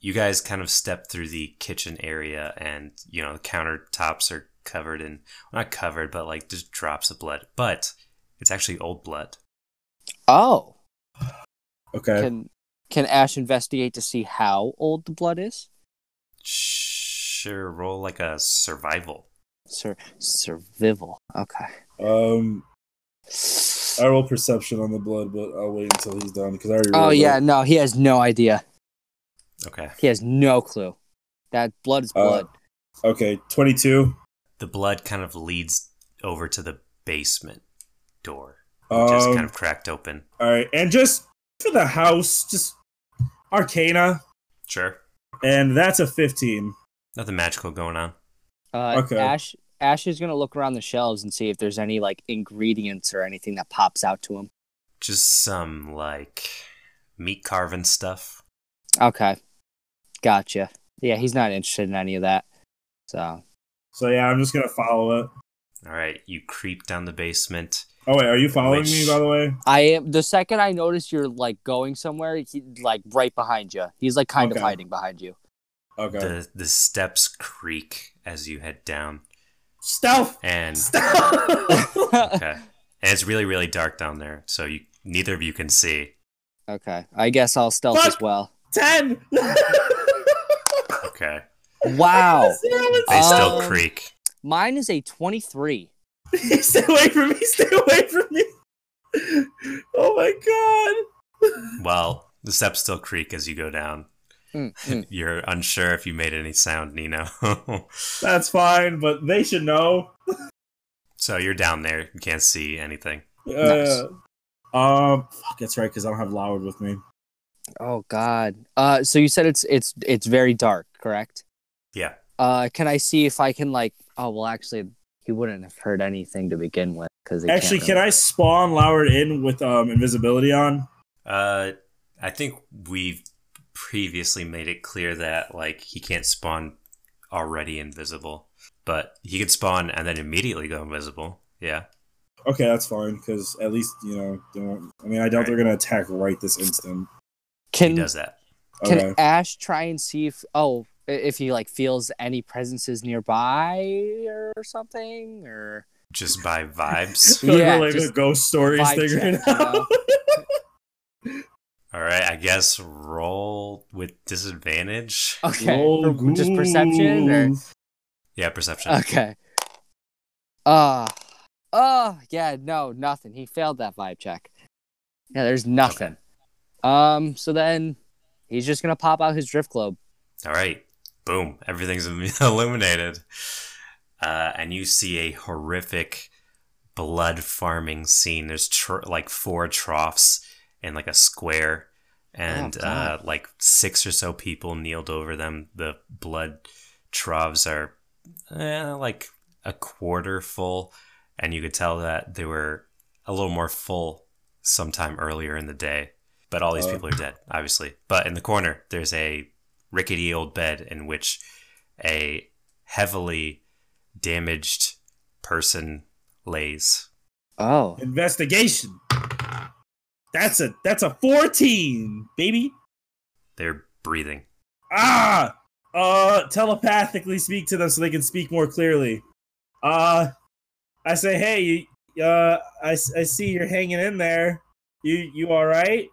Speaker 1: you guys kind of step through the kitchen area, and you know the countertops are covered in well, not covered, but like just drops of blood. But it's actually old blood.
Speaker 2: Oh.
Speaker 3: Okay,
Speaker 2: Can can Ash investigate to see how old the blood is?
Speaker 1: Sure, roll like a survival.
Speaker 2: Sur survival. Okay.
Speaker 3: um, I roll perception on the blood, but I'll wait until he's done because I already.
Speaker 2: Oh
Speaker 3: rolled
Speaker 2: yeah,
Speaker 3: it.
Speaker 2: no, he has no idea.
Speaker 1: Okay.
Speaker 2: He has no clue. That blood is
Speaker 3: Uh,
Speaker 2: blood.
Speaker 3: Okay, 22.
Speaker 1: The blood kind of leads over to the basement door,
Speaker 3: Um,
Speaker 1: just kind of cracked open.
Speaker 3: All right, and just for the house, just Arcana,
Speaker 1: Sure.
Speaker 3: and that's a 15.
Speaker 1: Nothing magical going on.
Speaker 2: Uh,
Speaker 3: okay.
Speaker 2: Ash Ash is gonna look around the shelves and see if there's any like ingredients or anything that pops out to him.
Speaker 1: Just some like meat carving stuff.
Speaker 2: Okay, gotcha. Yeah, he's not interested in any of that. So
Speaker 3: So yeah, I'm just gonna follow it.
Speaker 1: All right, you creep down the basement.
Speaker 3: Oh wait, are you following me
Speaker 1: Which-
Speaker 3: by the way?
Speaker 2: I am the second I notice you're like going somewhere, he like right behind you. He's like kind of
Speaker 3: Okay.
Speaker 2: hiding behind
Speaker 3: *laughs*
Speaker 2: you. *laughs*
Speaker 3: Okay.
Speaker 1: The the steps creak as you head down,
Speaker 3: Stealth.
Speaker 2: *laughs*
Speaker 1: and
Speaker 3: Stealth. *laughs*
Speaker 1: okay, and it's really really dark down there, so you neither of you can see.
Speaker 2: okay, I guess I'll stealth
Speaker 3: Fuck.
Speaker 2: as well.
Speaker 3: Ten.
Speaker 1: Okay,
Speaker 2: Wow,
Speaker 3: *laughs*
Speaker 1: they still
Speaker 2: Um,
Speaker 1: creak.
Speaker 2: mine is a twenty-three.
Speaker 3: Stay away from me. Stay away from me. Oh my
Speaker 1: Well, the steps still creak as you go down.
Speaker 2: Mm, mm.
Speaker 1: *laughs* You're unsure if you made any sound, Nino. *laughs*
Speaker 3: god. That's fine, but they should know.
Speaker 1: so you're down there, you can't see anything.
Speaker 2: Nice.
Speaker 3: Uh, Um. Fuck. That's right. Because I don't have Loward with me.
Speaker 2: Oh God. Uh, so you said it's it's it's very dark, correct?
Speaker 1: Yeah.
Speaker 2: Uh, can I see if I can like? Oh well, actually, he wouldn't have heard anything to begin with. Because
Speaker 3: Actually, can I spawn Loward in with um, invisibility on?
Speaker 1: Uh, I think we've previously made it clear that like he can't spawn already invisible, but he can spawn and then immediately go invisible. Yeah.
Speaker 3: Okay, that's fine because at least you know they won't. I mean, I doubt they're gonna attack right this instant.
Speaker 1: He
Speaker 2: Can
Speaker 1: does that.
Speaker 2: Can
Speaker 3: Okay.
Speaker 2: Ash try and see if oh i- if he like feels any presences nearby or something or
Speaker 1: Just by vibes.
Speaker 2: *laughs*
Speaker 3: Like,
Speaker 2: Oh, Yeah,
Speaker 3: we're like a
Speaker 2: just
Speaker 3: ghost stories
Speaker 2: vibe
Speaker 3: thing right
Speaker 2: check, you
Speaker 3: now.
Speaker 2: know?
Speaker 1: All right, I guess roll with disadvantage.
Speaker 2: okay
Speaker 3: Roll
Speaker 2: Or just perception or
Speaker 3: ghouls.
Speaker 1: Yeah, perception.
Speaker 2: okay uh oh yeah no nothing he failed that vibe check yeah there's nothing um so then he's just gonna pop out his drift globe
Speaker 1: All right. Boom. Everything's *laughs* illuminated. Uh, and you see a horrific blood farming scene. There's tr- like four troughs and like a square, and
Speaker 2: Oh,
Speaker 1: uh,
Speaker 2: God.
Speaker 1: like six or so people kneeled over them. The blood troughs are eh, like a quarter full, and you could tell that they were a little more full sometime earlier in the day. But all these
Speaker 3: Uh.
Speaker 1: people are dead, obviously. But in the corner, there's a rickety old bed in which a heavily damaged person lays.
Speaker 2: oh
Speaker 3: investigation. That's a that's a fourteen, baby.
Speaker 1: They're breathing.
Speaker 3: Ah, uh, telepathically speak to them so they can speak more clearly. Uh, I say, hey, you, uh, I, s- I see you're hanging in there. You you all right?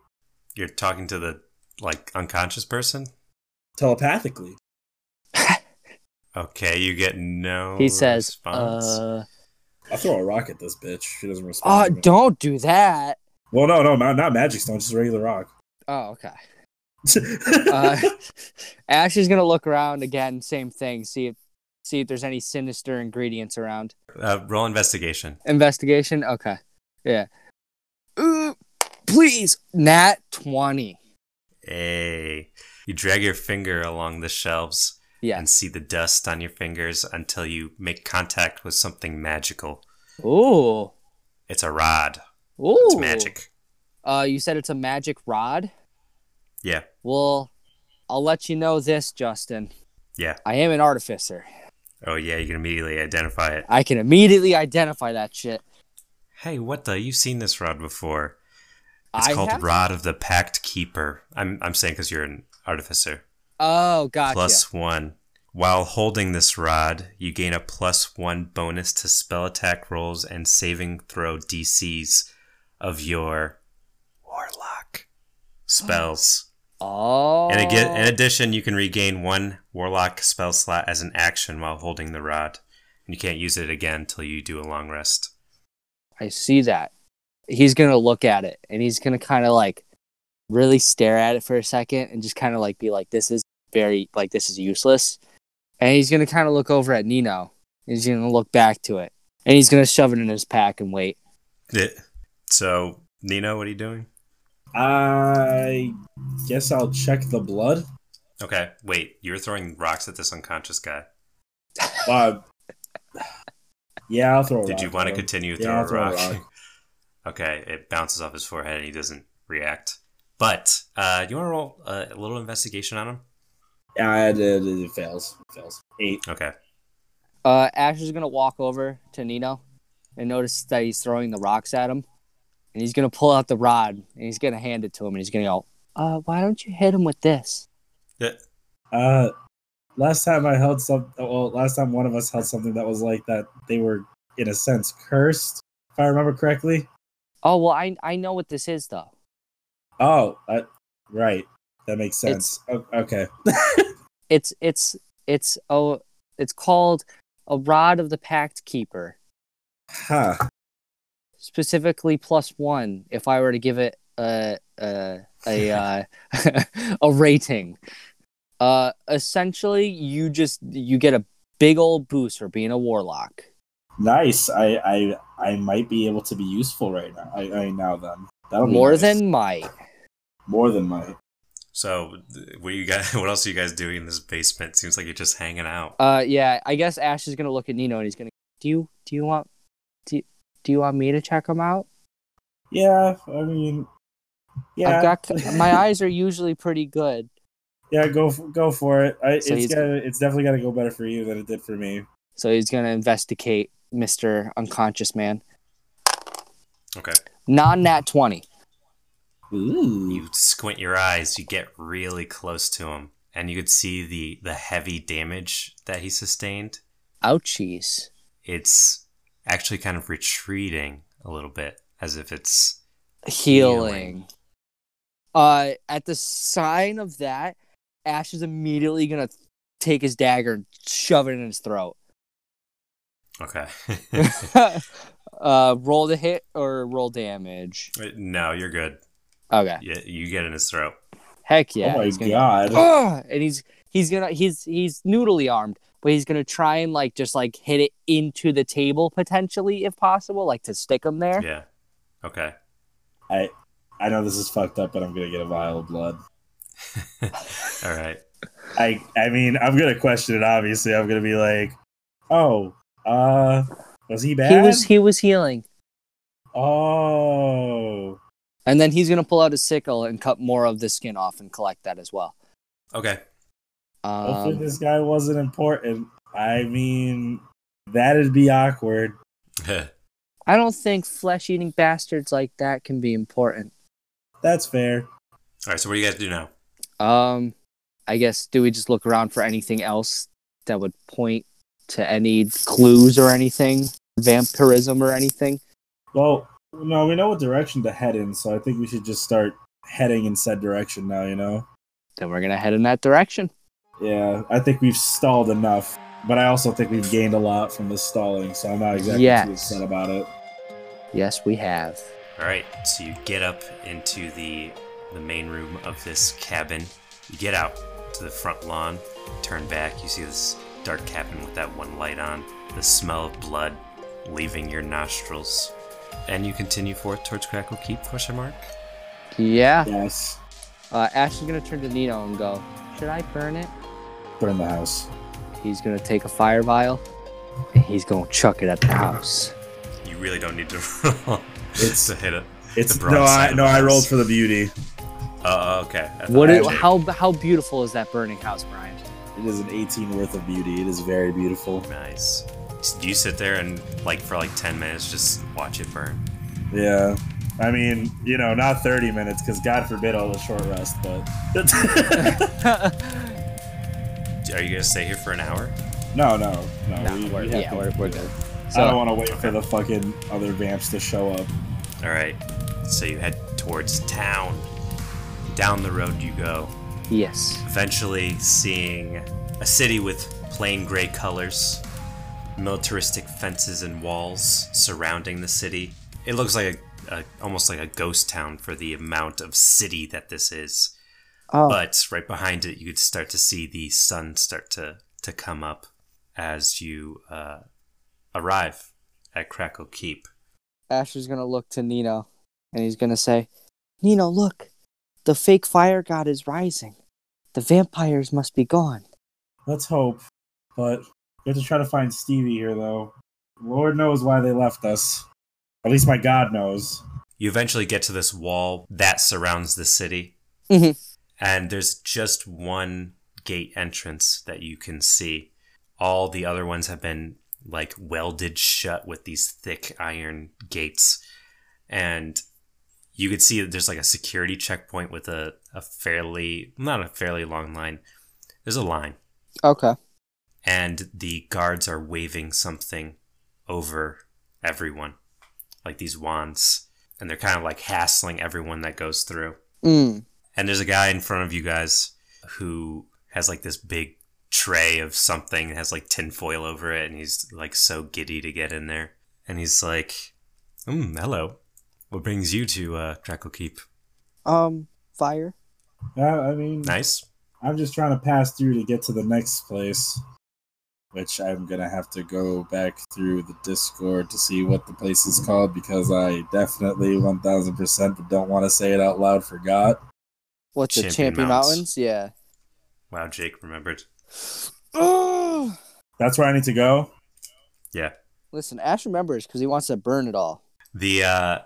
Speaker 1: You're talking to the like unconscious person.
Speaker 3: Telepathically.
Speaker 1: Okay, you get no.
Speaker 2: he says
Speaker 1: response.
Speaker 2: uh
Speaker 3: I throw a rock at this bitch. She doesn't
Speaker 2: oh
Speaker 3: respond.
Speaker 2: don't do that
Speaker 3: well, no, no, not, not magic stone, just regular rock. *laughs*
Speaker 2: oh okay uh, Ash is gonna look around again, same thing, see if see if there's any sinister ingredients around.
Speaker 1: Uh, roll investigation.
Speaker 2: Investigation, okay, yeah. Ooh, please, nat twenty.
Speaker 1: Hey, you drag your finger along the shelves
Speaker 2: Yeah.
Speaker 1: and see the dust on your fingers until you make contact with something magical.
Speaker 2: Ooh.
Speaker 1: It's a rod.
Speaker 2: Ooh.
Speaker 1: It's magic.
Speaker 2: Uh, you said it's a magic rod.
Speaker 1: Yeah.
Speaker 2: Well, I'll let you know this, Justin.
Speaker 1: Yeah.
Speaker 2: I am an artificer.
Speaker 1: Oh yeah, you can immediately identify it.
Speaker 2: I can immediately identify that shit.
Speaker 1: Hey, what the? You've seen this rod before. It's
Speaker 2: I
Speaker 1: called
Speaker 2: have.
Speaker 1: Rod of the Pact Keeper. I'm I'm saying because you're an artificer.
Speaker 2: oh, gotcha.
Speaker 1: Plus one. While holding this rod, you gain a plus one bonus to spell attack rolls and saving throw DCs of your warlock spells.
Speaker 2: Oh.
Speaker 1: And again, in addition, you can regain one warlock spell slot as an action while holding the rod, and you can't use it again until you do a long rest.
Speaker 2: I see that. He's gonna look at it and he's gonna kind of like really stare at it for a second and just kind of like be like, "This is very like this is useless." And he's gonna kind of look over at Nino. He's gonna look back to it and he's gonna shove it in his pack and wait.
Speaker 1: So, Nino, what are you doing?
Speaker 2: Uh,
Speaker 3: I guess I'll check the blood.
Speaker 1: Okay, wait. You're throwing rocks at this unconscious guy.
Speaker 3: Uh, yeah, I'll throw. A
Speaker 1: Did
Speaker 3: rock
Speaker 1: you want to
Speaker 3: at him.
Speaker 1: continue to
Speaker 3: Yeah,
Speaker 1: throw,
Speaker 3: I'll throw
Speaker 1: a
Speaker 3: a
Speaker 1: rock?
Speaker 3: rock.
Speaker 1: *laughs* okay, it bounces off his forehead and he doesn't react. But uh, you want to roll uh, a little investigation on him?
Speaker 3: Yeah, it, it, it fails. It fails. Eight.
Speaker 1: Okay.
Speaker 2: Uh, Ash is gonna walk over to Nino and notice that he's throwing the rocks at him, and he's gonna pull out the rod and he's gonna hand it to him and he's gonna go, "Uh, why don't you hit him with this?"
Speaker 3: Uh, last time I held some. Well, last time one of us held something that was like that. They were, in a sense, cursed. If I remember correctly.
Speaker 2: Oh well, I I know what this is though.
Speaker 3: Oh, I, right. That makes sense. O- okay.
Speaker 2: it's it's it's oh it's called a rod of the pact keeper
Speaker 3: Huh.
Speaker 2: specifically plus one if i were to give it a a a, uh, *laughs* a rating uh essentially you just you get a big old boost for being a warlock
Speaker 3: Nice. I, I, I might be able to be useful right now. I, I now then. That'll be
Speaker 2: more
Speaker 3: nice.
Speaker 2: than might
Speaker 3: more than might.
Speaker 1: So, th- what you guys? *laughs* What else are you guys doing in this basement? Seems like you're just hanging out.
Speaker 2: uh yeah i guess ash is gonna look at nino and he's gonna Do you do you want do you, do you want me to check them out?
Speaker 3: Yeah, I mean, yeah,
Speaker 2: I've
Speaker 3: *laughs*
Speaker 2: got my eyes are usually pretty good.
Speaker 3: yeah. Go f- go for it. I,
Speaker 2: So
Speaker 3: it's
Speaker 2: he's-
Speaker 3: gotta, it's definitely got to go better for you than it did for me.
Speaker 2: So he's going to investigate Mr. Unconscious Man.
Speaker 1: Okay.
Speaker 2: Non nat 20.
Speaker 3: Ooh, Oh
Speaker 1: You squint your eyes, you get really close to him, and you could see the the heavy damage that he sustained.
Speaker 2: Ouchies.
Speaker 1: It's actually kind of retreating a little bit, as if it's
Speaker 2: Healing.
Speaker 1: Healing.
Speaker 2: Uh, at the sign of that, Ash is immediately going to take his dagger and shove it in his throat.
Speaker 1: okay. *laughs*
Speaker 2: *laughs* uh, roll to hit or roll damage.
Speaker 1: no, you're good.
Speaker 2: Okay.
Speaker 1: You, you get in his throat.
Speaker 2: Heck yeah.
Speaker 3: oh my
Speaker 2: he's gonna- *gasps*
Speaker 3: god!
Speaker 2: Ugh! and he's he's gonna he's he's noodly armed, but he's gonna try and like just like hit it into the table potentially if possible, like to stick him there.
Speaker 1: Yeah. Okay.
Speaker 3: I I know this is fucked up, but I'm gonna get a vial of blood.
Speaker 1: All right.
Speaker 3: I I mean, I'm gonna question it. Obviously, I'm gonna be like, oh, uh, was he bad?
Speaker 2: He was he was healing,
Speaker 3: Oh,
Speaker 2: and then he's gonna pull out a sickle and cut more of the skin off and collect that as well.
Speaker 1: Okay.
Speaker 3: hopefully
Speaker 2: Um,
Speaker 3: this guy wasn't important. I mean, that'd be awkward.
Speaker 2: I don't think flesh-eating bastards like that can be important.
Speaker 3: That's fair.
Speaker 1: All right. So what do you guys do now?
Speaker 2: Um, I guess do we just look around for anything else that would point to any clues or anything, vampirism or anything?
Speaker 3: Well, no, we know what direction to head in, so I think we should just start heading in said direction now. You know?
Speaker 2: Then we're gonna head in that direction.
Speaker 3: Yeah, I think we've stalled enough, but I also think we've gained a lot from this stalling. So I'm not exactly
Speaker 2: Yes.
Speaker 3: too upset about it.
Speaker 2: Yes, we have.
Speaker 1: All right, so you get up into the the main room of this cabin. You get out to the front lawn, turn back. You see this dark cabin with that one light on. The smell of blood leaving your nostrils, and you continue forth towards Crackle Keep? Question mark.
Speaker 2: Yeah.
Speaker 3: Yes,
Speaker 2: Uh, Ash is gonna turn to Nino and go, "Should I burn it?"
Speaker 3: burn the house.
Speaker 2: He's gonna take a fire vial and he's gonna chuck it at the house.
Speaker 1: You really don't need to *laughs* roll.
Speaker 3: It's-
Speaker 1: to hit it.
Speaker 3: It's
Speaker 1: The broad
Speaker 3: no,
Speaker 1: side
Speaker 3: I
Speaker 1: of
Speaker 3: no,
Speaker 1: the
Speaker 3: I
Speaker 1: house.
Speaker 3: rolled for the beauty.
Speaker 1: Oh, okay. I thought
Speaker 2: What?
Speaker 1: I
Speaker 2: It,
Speaker 1: did.
Speaker 2: how how beautiful is that burning house, Brian?
Speaker 3: It is an 18 worth of beauty. It is very beautiful.
Speaker 1: Nice. Do you sit there and like for like ten minutes, just watch it burn?
Speaker 3: Yeah. I mean, you know, not 30 minutes because God forbid all the short rest, but *laughs*
Speaker 1: Are you gonna stay here for an hour?
Speaker 3: no, no, no.
Speaker 2: Nah,
Speaker 3: we- we
Speaker 2: we're,
Speaker 3: have
Speaker 2: yeah,
Speaker 3: to-
Speaker 2: we're, we're good.
Speaker 3: I don't
Speaker 2: So
Speaker 3: want to wait for the fucking other vamps to show up.
Speaker 1: All right. So you head towards town. Down the road you go,
Speaker 2: yes,
Speaker 1: eventually seeing a city with plain gray colors, militaristic fences and walls surrounding the city. It looks like a, a almost like a ghost town for the amount of city that this is.
Speaker 2: oh,
Speaker 1: But right behind it, you could start to see the sun start to to come up as you uh, arrive at Crackle Keep.
Speaker 2: Ash is gonna look to Nino and he's gonna say, "Nino, look, the fake fire god is rising. The vampires must be gone."
Speaker 3: Let's hope. But we have to try to find Stevie here, though. Lord knows why they left us. At least my God knows.
Speaker 1: You eventually get to this wall that surrounds the city.
Speaker 2: Mhm.
Speaker 1: And there's just one gate entrance that you can see. All the other ones have been like welded shut with these thick iron gates. And you could see that there's like a security checkpoint with a, a fairly, not a fairly long line. There's a line.
Speaker 2: Okay.
Speaker 1: And the guards are waving something over everyone, like these wands. And they're kind of like hassling everyone that goes through.
Speaker 2: Mm.
Speaker 1: And there's a guy in front of you guys who has like this big tray of something that has like tinfoil over it, and he's like so giddy to get in there. And he's like, mm, hello. What brings you to uh, Crackle Keep?
Speaker 2: Um, fire.
Speaker 3: Uh, I mean,
Speaker 1: Nice.
Speaker 3: I'm just trying to pass through to get to the next place, which I'm gonna have to go back through the Discord to see what the place is called because I definitely 1000% but don't want to say it out loud. Forgot.
Speaker 2: What's it?
Speaker 1: Champion
Speaker 2: Champion
Speaker 1: Mountains.
Speaker 2: Mountains? Yeah.
Speaker 1: Wow, Jake remembered.
Speaker 2: Oh,
Speaker 3: That's where I need to go.
Speaker 1: Yeah.
Speaker 2: Listen, Ash remembers because he wants to burn it all.
Speaker 1: The uh,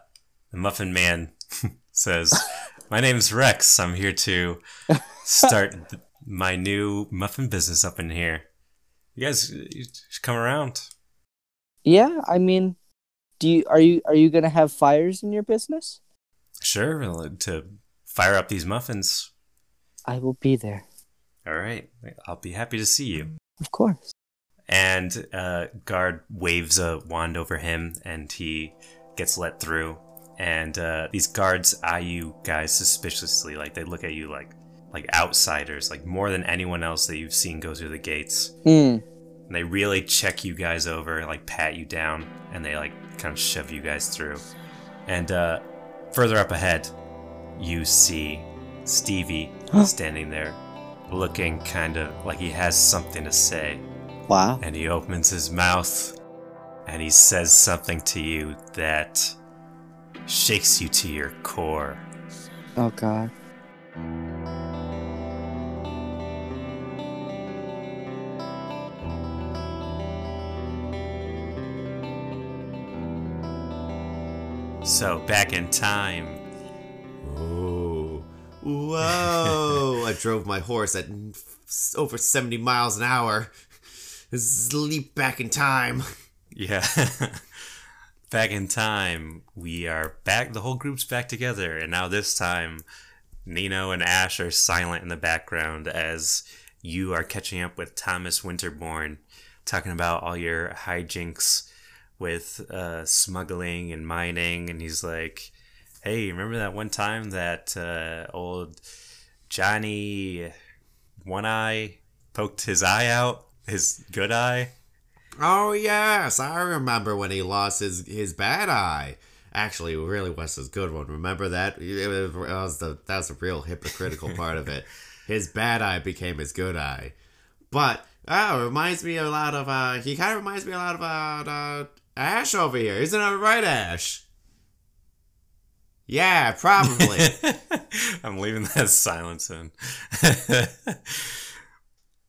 Speaker 1: the Muffin Man *laughs* says, "My name's Rex. I'm here to start th- my new muffin business up in here. You guys you should come around."
Speaker 2: Yeah, I mean, do you are you are you gonna have fires in your business?
Speaker 1: Sure, to fire up these muffins.
Speaker 2: I will be there,
Speaker 1: All right, I'll be happy to see you.
Speaker 2: of course.
Speaker 1: And uh, guard waves a wand over him, and he gets let through. And uh, these guards eye you guys suspiciously, like they look at you like like outsiders, like more than anyone else that you've seen go through the gates.
Speaker 2: Hmm.
Speaker 1: And they really check you guys over, like pat you down, and they like kind of shove you guys through. And uh, further up ahead, you see Stevie standing there, looking kind of like he has something to say.
Speaker 2: Wow.
Speaker 1: And he opens his mouth and he says something to you that shakes you to your core.
Speaker 2: Oh God.
Speaker 1: So back in time.
Speaker 4: Oh, whoa! I drove my horse at s- over 70 miles an hour. This is a leap back in time.
Speaker 1: Yeah. *laughs* back in time, we are back. The whole group's back together. And now this time, Nino and Ash are silent in the background as you are catching up with Thomas Winterborn, talking about all your hijinks with uh, smuggling and mining. And he's like, hey, remember that one time that uh, old Johnny One Eye poked his eye out? His good eye?
Speaker 4: Oh yes, I remember when he lost his his bad eye. Actually, it really was his good one. Remember that? It was- that was the that was the real hypocritical part of it. His bad eye became his good eye. But oh, it reminds me a lot of uh, he kind of reminds me a lot of uh, uh, Ash over here, isn't it right, Ash? Yeah, probably.
Speaker 1: *laughs* I'm leaving that *laughs* silence in.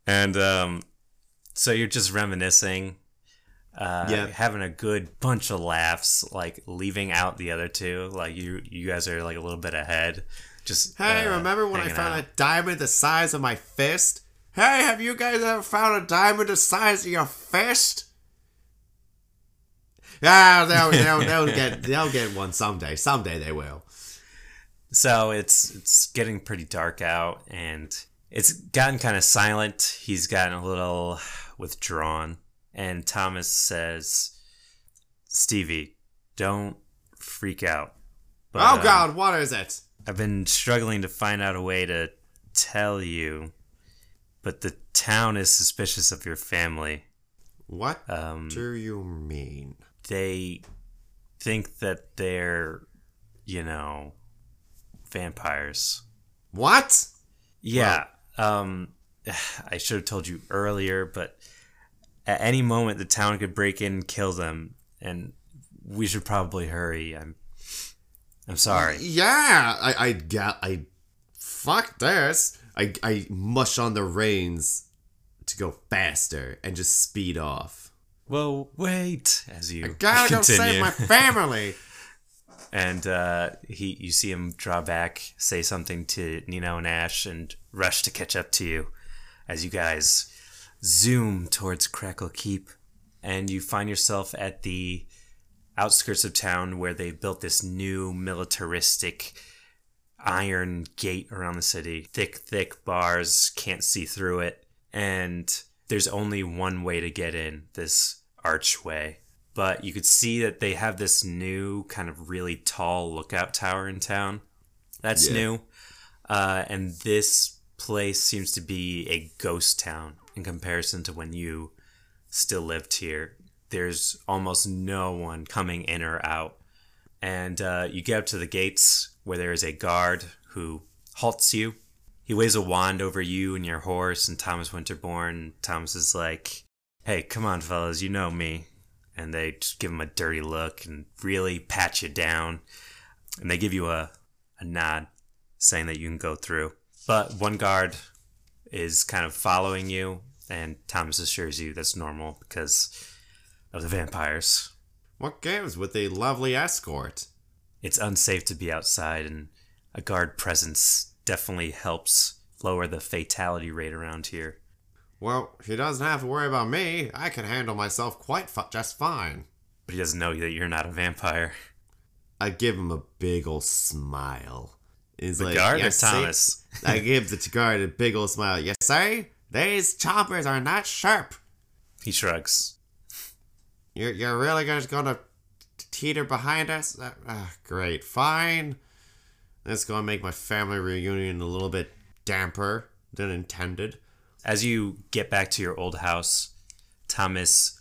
Speaker 1: and um, so you're just reminiscing, uh,
Speaker 4: Yeah.
Speaker 1: having a good bunch of laughs, like leaving out the other two. Like you, you guys are like a little bit ahead. Just
Speaker 4: Hey,
Speaker 1: uh,
Speaker 4: remember when I
Speaker 1: hanging
Speaker 4: found
Speaker 1: out.
Speaker 4: a diamond the size of my fist? Hey, have you guys ever found a diamond the size of your fist? Ah, they'll, they'll,
Speaker 1: *laughs*
Speaker 4: they'll get they'll get one someday. Someday they will.
Speaker 1: So it's it's getting pretty dark out, and it's gotten kind of silent. He's gotten a little withdrawn, and Thomas says, "Stevie, don't freak out." But,
Speaker 4: oh
Speaker 1: uh,
Speaker 4: God, what is it?
Speaker 1: I've been struggling to find out a way to tell you, but the town is suspicious of your family.
Speaker 4: What
Speaker 1: Um,
Speaker 4: do you mean?
Speaker 1: they think that they're, you know, vampires.
Speaker 4: What?
Speaker 1: Yeah. um, *sighs* I should have told you earlier, but at any moment the town could break in and kill them, and we should probably hurry. I'm, I'm sorry.
Speaker 4: Yeah, I I got I. Fuck this! I I mush on the reins to go faster and just speed off.
Speaker 1: Well, wait. As you
Speaker 4: I gotta go save
Speaker 1: continue. *laughs*
Speaker 4: my family.
Speaker 1: and uh, he, you see him draw back, say something to Nino and Ash, and rush to catch up to you as you guys zoom towards Crackle Keep, and you find yourself at the outskirts of town where they built this new militaristic iron gate around the city. Thick, thick bars, can't see through it, and there's only one way to get in this archway but you could see that they have this new kind of really tall lookout tower in town. That's
Speaker 4: Yeah.
Speaker 1: new. Uh, and this place seems to be a ghost town in comparison to when you still lived here. There's almost no one coming in or out. And uh, you get up to the gates where there is a guard who halts you. He waves a wand over you and your horse and Thomas Winterborn. Thomas is like, hey, come on, fellas, you know me and they just give him a dirty look and really pat you down. And they give you a, a nod saying that you can go through. But one guard is kind of following you, and Thomas assures you that's normal because of the vampires.
Speaker 4: What gives with a lovely escort?
Speaker 1: It's unsafe to be outside, and a guard presence definitely helps lower the fatality rate around here.
Speaker 4: Well, he doesn't have to worry about me. I can handle myself quite fi- just fine.
Speaker 1: But he doesn't know that you're not a vampire.
Speaker 4: I give him a big ol' smile. Is
Speaker 1: The guard or
Speaker 4: "Yes, see?"
Speaker 1: Thomas?
Speaker 4: *laughs* I give the guard a big ol' smile. Yes, sir. These choppers are not sharp.
Speaker 1: He shrugs.
Speaker 4: You're, you're really just gonna teeter behind us? Uh, uh, great, fine. That's gonna make my family reunion a little bit damper than intended.
Speaker 1: As you get back to your old house, Thomas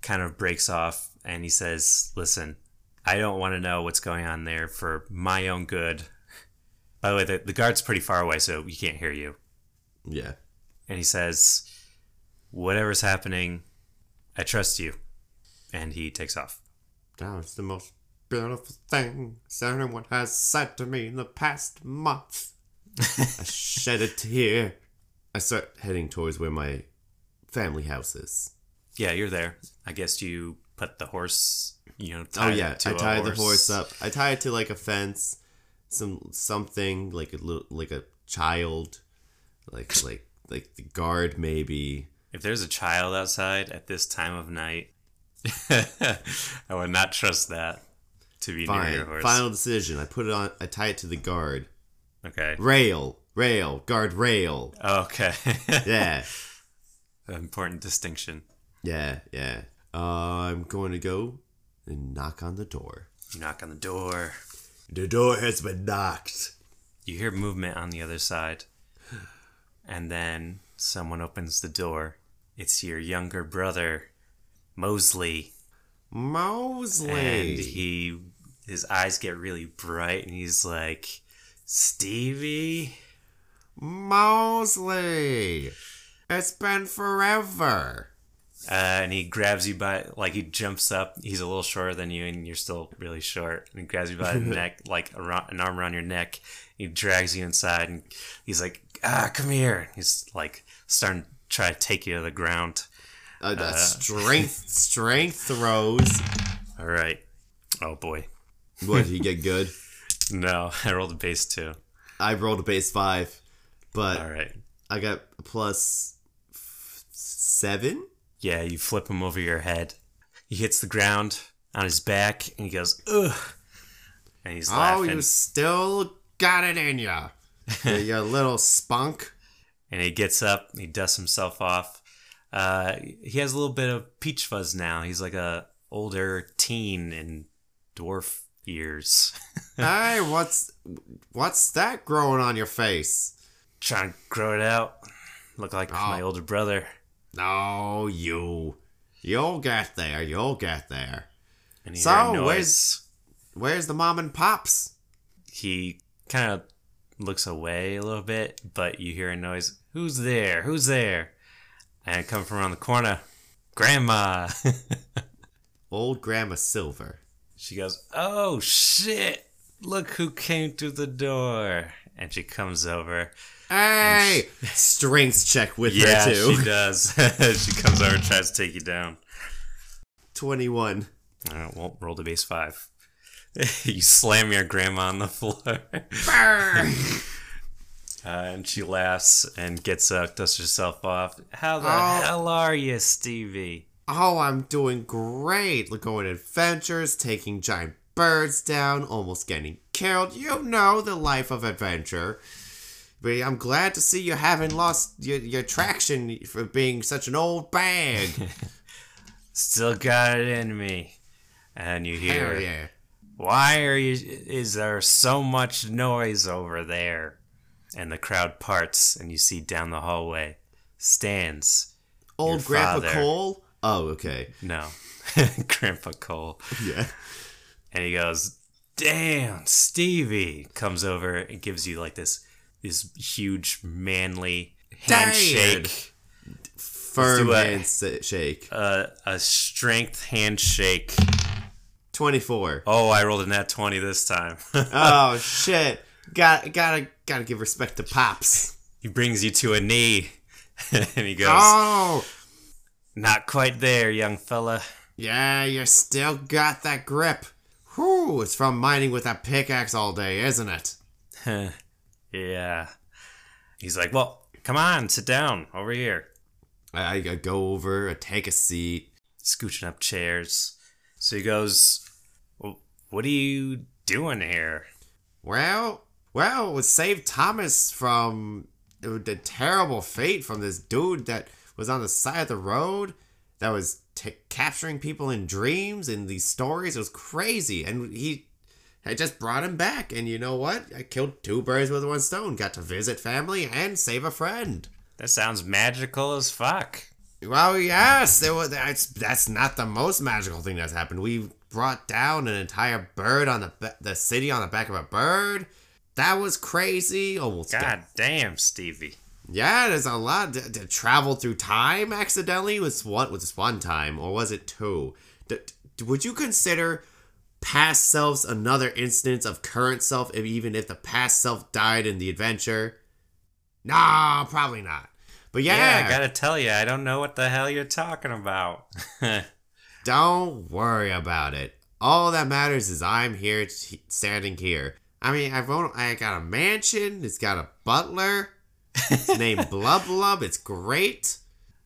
Speaker 1: kind of breaks off and he says, Listen, I don't want to know what's going on there for my own good. By the way, the, the guard's pretty far away, so he can't hear you.
Speaker 4: Yeah.
Speaker 1: and he says, "Whatever's happening, I trust you." And he takes off.
Speaker 4: That was the most beautiful thing someone has said to me in the
Speaker 1: *laughs*
Speaker 4: past month. I shed a tear. I start heading towards where my family house is.
Speaker 1: Yeah, you're there. I guess you put the horse. You know.
Speaker 4: Oh
Speaker 1: tied
Speaker 4: yeah,
Speaker 1: to
Speaker 4: I
Speaker 1: a
Speaker 4: tied the horse up. I tied it to like a fence, some something like a little like a child, like like like the guard maybe.
Speaker 1: If there's a child outside at this time of night, *laughs* I would not trust that to be near your
Speaker 4: Fine.
Speaker 1: horse.
Speaker 4: Final decision. I put it on. I tie it to the guard
Speaker 1: Okay.
Speaker 4: rail, rail, guard rail.
Speaker 1: Okay.
Speaker 4: *laughs* Yeah.
Speaker 1: *laughs* Important distinction.
Speaker 4: Yeah, yeah. Uh, I'm going to go and knock on the door.
Speaker 1: You knock on the door.
Speaker 4: The door has been knocked.
Speaker 1: You hear movement on the other side. And then someone opens the door. It's your younger brother, Mosley.
Speaker 4: Mosley.
Speaker 1: And he his eyes get really bright and he's like, Stevie?
Speaker 4: Mosley. It's been forever.
Speaker 1: Uh, and he grabs you by like he jumps up. He's a little shorter than you, and you're still really short. And he grabs you by the neck, like around, an arm around your neck. He drags you inside, and he's like, "Ah, come here." He's like starting to try to take you to the ground.
Speaker 4: Uh,
Speaker 1: Uh-huh.
Speaker 4: the strength strength throws.
Speaker 1: All right. Oh boy.
Speaker 4: What, did he get good? *laughs*
Speaker 1: No, *laughs* I rolled a base too.
Speaker 4: I rolled a base five, but
Speaker 1: All right.
Speaker 4: I got a plus f- seven?
Speaker 1: Yeah, you flip him over your head. He hits the ground on his back, and he goes, "Ugh," and he's
Speaker 4: Oh,
Speaker 1: laughing.
Speaker 4: you still got it
Speaker 1: *laughs*
Speaker 4: in ya. you. Your little spunk.
Speaker 1: and he gets up he dusts himself off uh, he has a little bit of peach fuzz now he's like a older teen in dwarf years *laughs*
Speaker 4: hey, what's what's that growing on your face?
Speaker 1: trying to grow it out look like my
Speaker 4: Oh.
Speaker 1: older brother
Speaker 4: No, you. You'll get there. You'll get there.
Speaker 1: and he
Speaker 4: So,
Speaker 1: heard a
Speaker 4: where's- Where's the mom and pops?
Speaker 1: he kind of looks away a little bit but you hear a noise who's there who's there and come from around the corner grandma *laughs*
Speaker 4: Old Grandma Silver.
Speaker 1: She goes, Oh shit, look who came through the door. And she comes over.
Speaker 4: Hey, strength check with
Speaker 1: yeah,
Speaker 4: her too. *laughs*
Speaker 1: she does. *laughs* she comes over and tries to take you down.
Speaker 4: Twenty-one.
Speaker 1: *laughs* I won't roll the base five. *laughs* you slam your grandma on the *laughs* floor.
Speaker 4: Brr.
Speaker 1: Uh, and she laughs and gets up, dusts herself off. How the
Speaker 4: Oh.
Speaker 1: hell are you, Stevie?
Speaker 4: oh, I'm doing great. Look, Going on adventures, taking giant birds down, almost getting killed. You know the life of adventure. But I'm glad to see you haven't lost your, your traction for being such an
Speaker 1: *laughs*
Speaker 4: old bag.
Speaker 1: Still got it in me. And you hear,
Speaker 4: Hell yeah.
Speaker 1: Why are you? Is there so much noise over there? And the crowd parts, and you see down the hallway stands.
Speaker 4: Old
Speaker 1: Your
Speaker 4: Grandpa
Speaker 1: father.
Speaker 4: Cole?
Speaker 1: *laughs*
Speaker 4: Oh, okay.
Speaker 1: No, Grandpa Cole,
Speaker 4: Yeah.
Speaker 1: and he goes, "Damn, Stevie!" Comes over and gives you like this, this huge manly handshake,
Speaker 4: Firm
Speaker 1: do a-
Speaker 4: handshake.
Speaker 1: uh, a strength handshake.
Speaker 4: 24.
Speaker 1: Oh, I rolled a nat twenty this time.
Speaker 4: Oh, *laughs* shit. Got, gotta, gotta give respect to Pops.
Speaker 1: he brings you to a knee, *laughs* and he goes,
Speaker 4: Oh,
Speaker 1: Not quite there, young fella. *laughs*
Speaker 4: Yeah, you still got that grip. Whew, it's from mining with a pickaxe all day, isn't it?
Speaker 1: yeah. He's like, well, come on, sit down over here.
Speaker 4: I, I go over, I take a seat.
Speaker 1: Scooching up chairs. So he goes, well, what are you doing here?
Speaker 4: Well, well, it saved Thomas from the terrible fate from this dude that was on the side of the road that was t- capturing people in dreams and these stories. It was crazy, and he. I just brought him back, and you know what? I killed two birds with one stone. Got to visit family and save a friend.
Speaker 1: That sounds magical as fuck.
Speaker 4: Well, yes, there was. That's that's not the most magical thing that's happened. We brought down an entire bird on the ba- the city on the back of a bird. That was crazy. Oh, we'll skip.
Speaker 1: God damn, Stevie.
Speaker 4: Yeah, there's a lot to, to travel through time accidentally. Was what was this one time, or was it two? D- d- would you consider past selves another instance of current self, if, even if the past self died in the adventure? Nah, probably not. But
Speaker 1: Yeah,
Speaker 4: yeah,
Speaker 1: I gotta tell you, I don't know what the hell you're talking about. *laughs*
Speaker 4: Don't worry about it. All that matters is I'm here, t- standing here. I mean, I've own, I got a mansion. It's got a butler. It's named Blub Blub. It's great.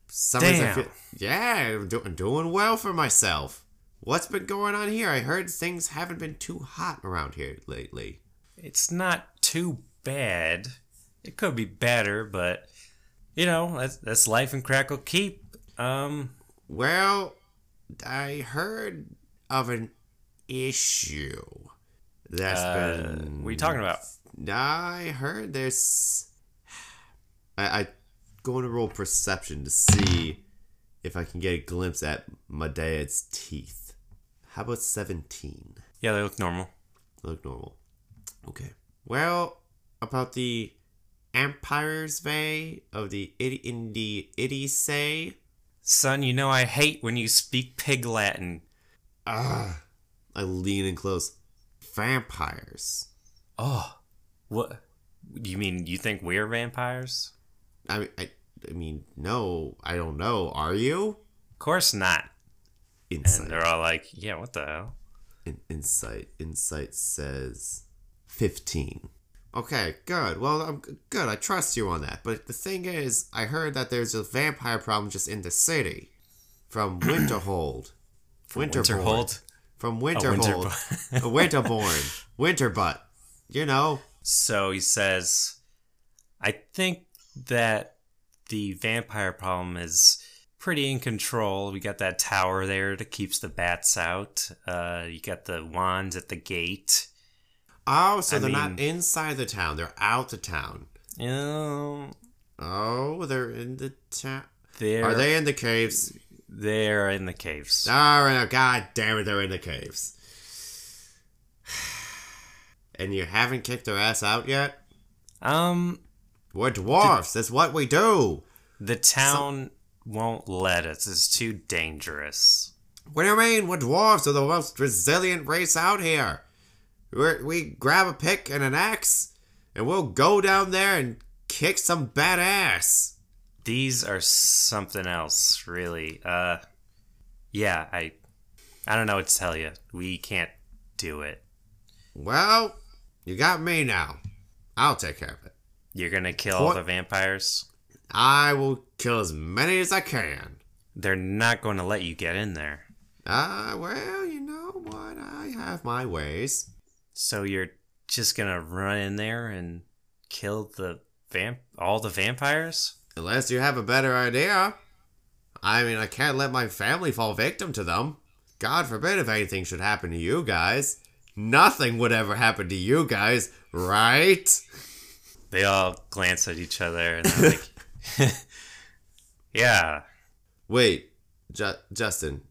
Speaker 4: Some reason
Speaker 1: Damn.
Speaker 4: I feel- yeah, I'm, do- I'm doing well for myself. What's been going on here? I heard things haven't been too hot around here lately.
Speaker 1: it's not too bad. It could be better, but you know that's, that's life and crackle keep. Um,
Speaker 4: Well, I heard of an issue that's
Speaker 1: uh,
Speaker 4: been.
Speaker 1: what are you talking about?
Speaker 4: I heard there's. *sighs* I, I going to roll perception to see if I can get a glimpse at Medea's teeth. How about seventeen?
Speaker 1: Yeah, they look normal.
Speaker 4: Look normal. Okay. Well, about the Empire's Bay of the Id- in the Idisei.
Speaker 1: Son, you know I hate when you speak pig Latin.
Speaker 4: Ugh. I lean in close. Vampires.
Speaker 1: Oh, what? You mean you think we're vampires?
Speaker 4: I mean, I, I mean, no, I don't know. Are you?
Speaker 1: Of course not.
Speaker 4: Insight.
Speaker 1: And they're all like, yeah, what the hell?
Speaker 4: in insight insight says 15 okay good well i'm g- good i trust you on that but the thing is i heard that there's a vampire problem just in the city
Speaker 1: *clears throat*
Speaker 4: from winterhold winterhold
Speaker 1: Winterhold.
Speaker 4: from
Speaker 1: Winterhold.
Speaker 4: winterhold *laughs* Uh, winterborn winterbutt you know
Speaker 1: So he says, I think that the vampire problem is pretty in control. We got that tower there that keeps the bats out. Uh, you got the wands at the gate.
Speaker 4: oh so
Speaker 1: I
Speaker 4: they're
Speaker 1: mean-
Speaker 4: not inside the town they're out the town
Speaker 1: Um,
Speaker 4: oh they're in the town
Speaker 1: they're,
Speaker 4: are they in the caves
Speaker 1: They're in the caves.
Speaker 4: All right, god damn it, they're in the caves. *sighs* And you haven't kicked their ass out yet?
Speaker 1: Um,
Speaker 4: We're dwarfs, that's what we do.
Speaker 1: the town won't let us. It's too dangerous.
Speaker 4: What do you mean? We're dwarfs are the most resilient race out here. We're, we grab a pick and an axe, and we'll go down there and kick some bad ass.
Speaker 1: These are something else, really. Uh, yeah, I, I don't know what to tell you. We can't do it.
Speaker 4: Well, you got me now. I'll take care of it.
Speaker 1: You're gonna kill all
Speaker 4: What?
Speaker 1: the vampires.
Speaker 4: I will kill as many as I can.
Speaker 1: They're not going to let you get in there.
Speaker 4: Ah, well, you know what? I have my ways.
Speaker 1: So you're just gonna run in there and kill the vamp all the vampires?
Speaker 4: Unless you have a better idea. I mean, I can't let my family fall victim to them. God forbid if anything should happen to you guys. Nothing would ever happen to you guys, right?
Speaker 1: They all glance at each other and they're like, *laughs* "Yeah,
Speaker 4: Wait, Ju- Justin,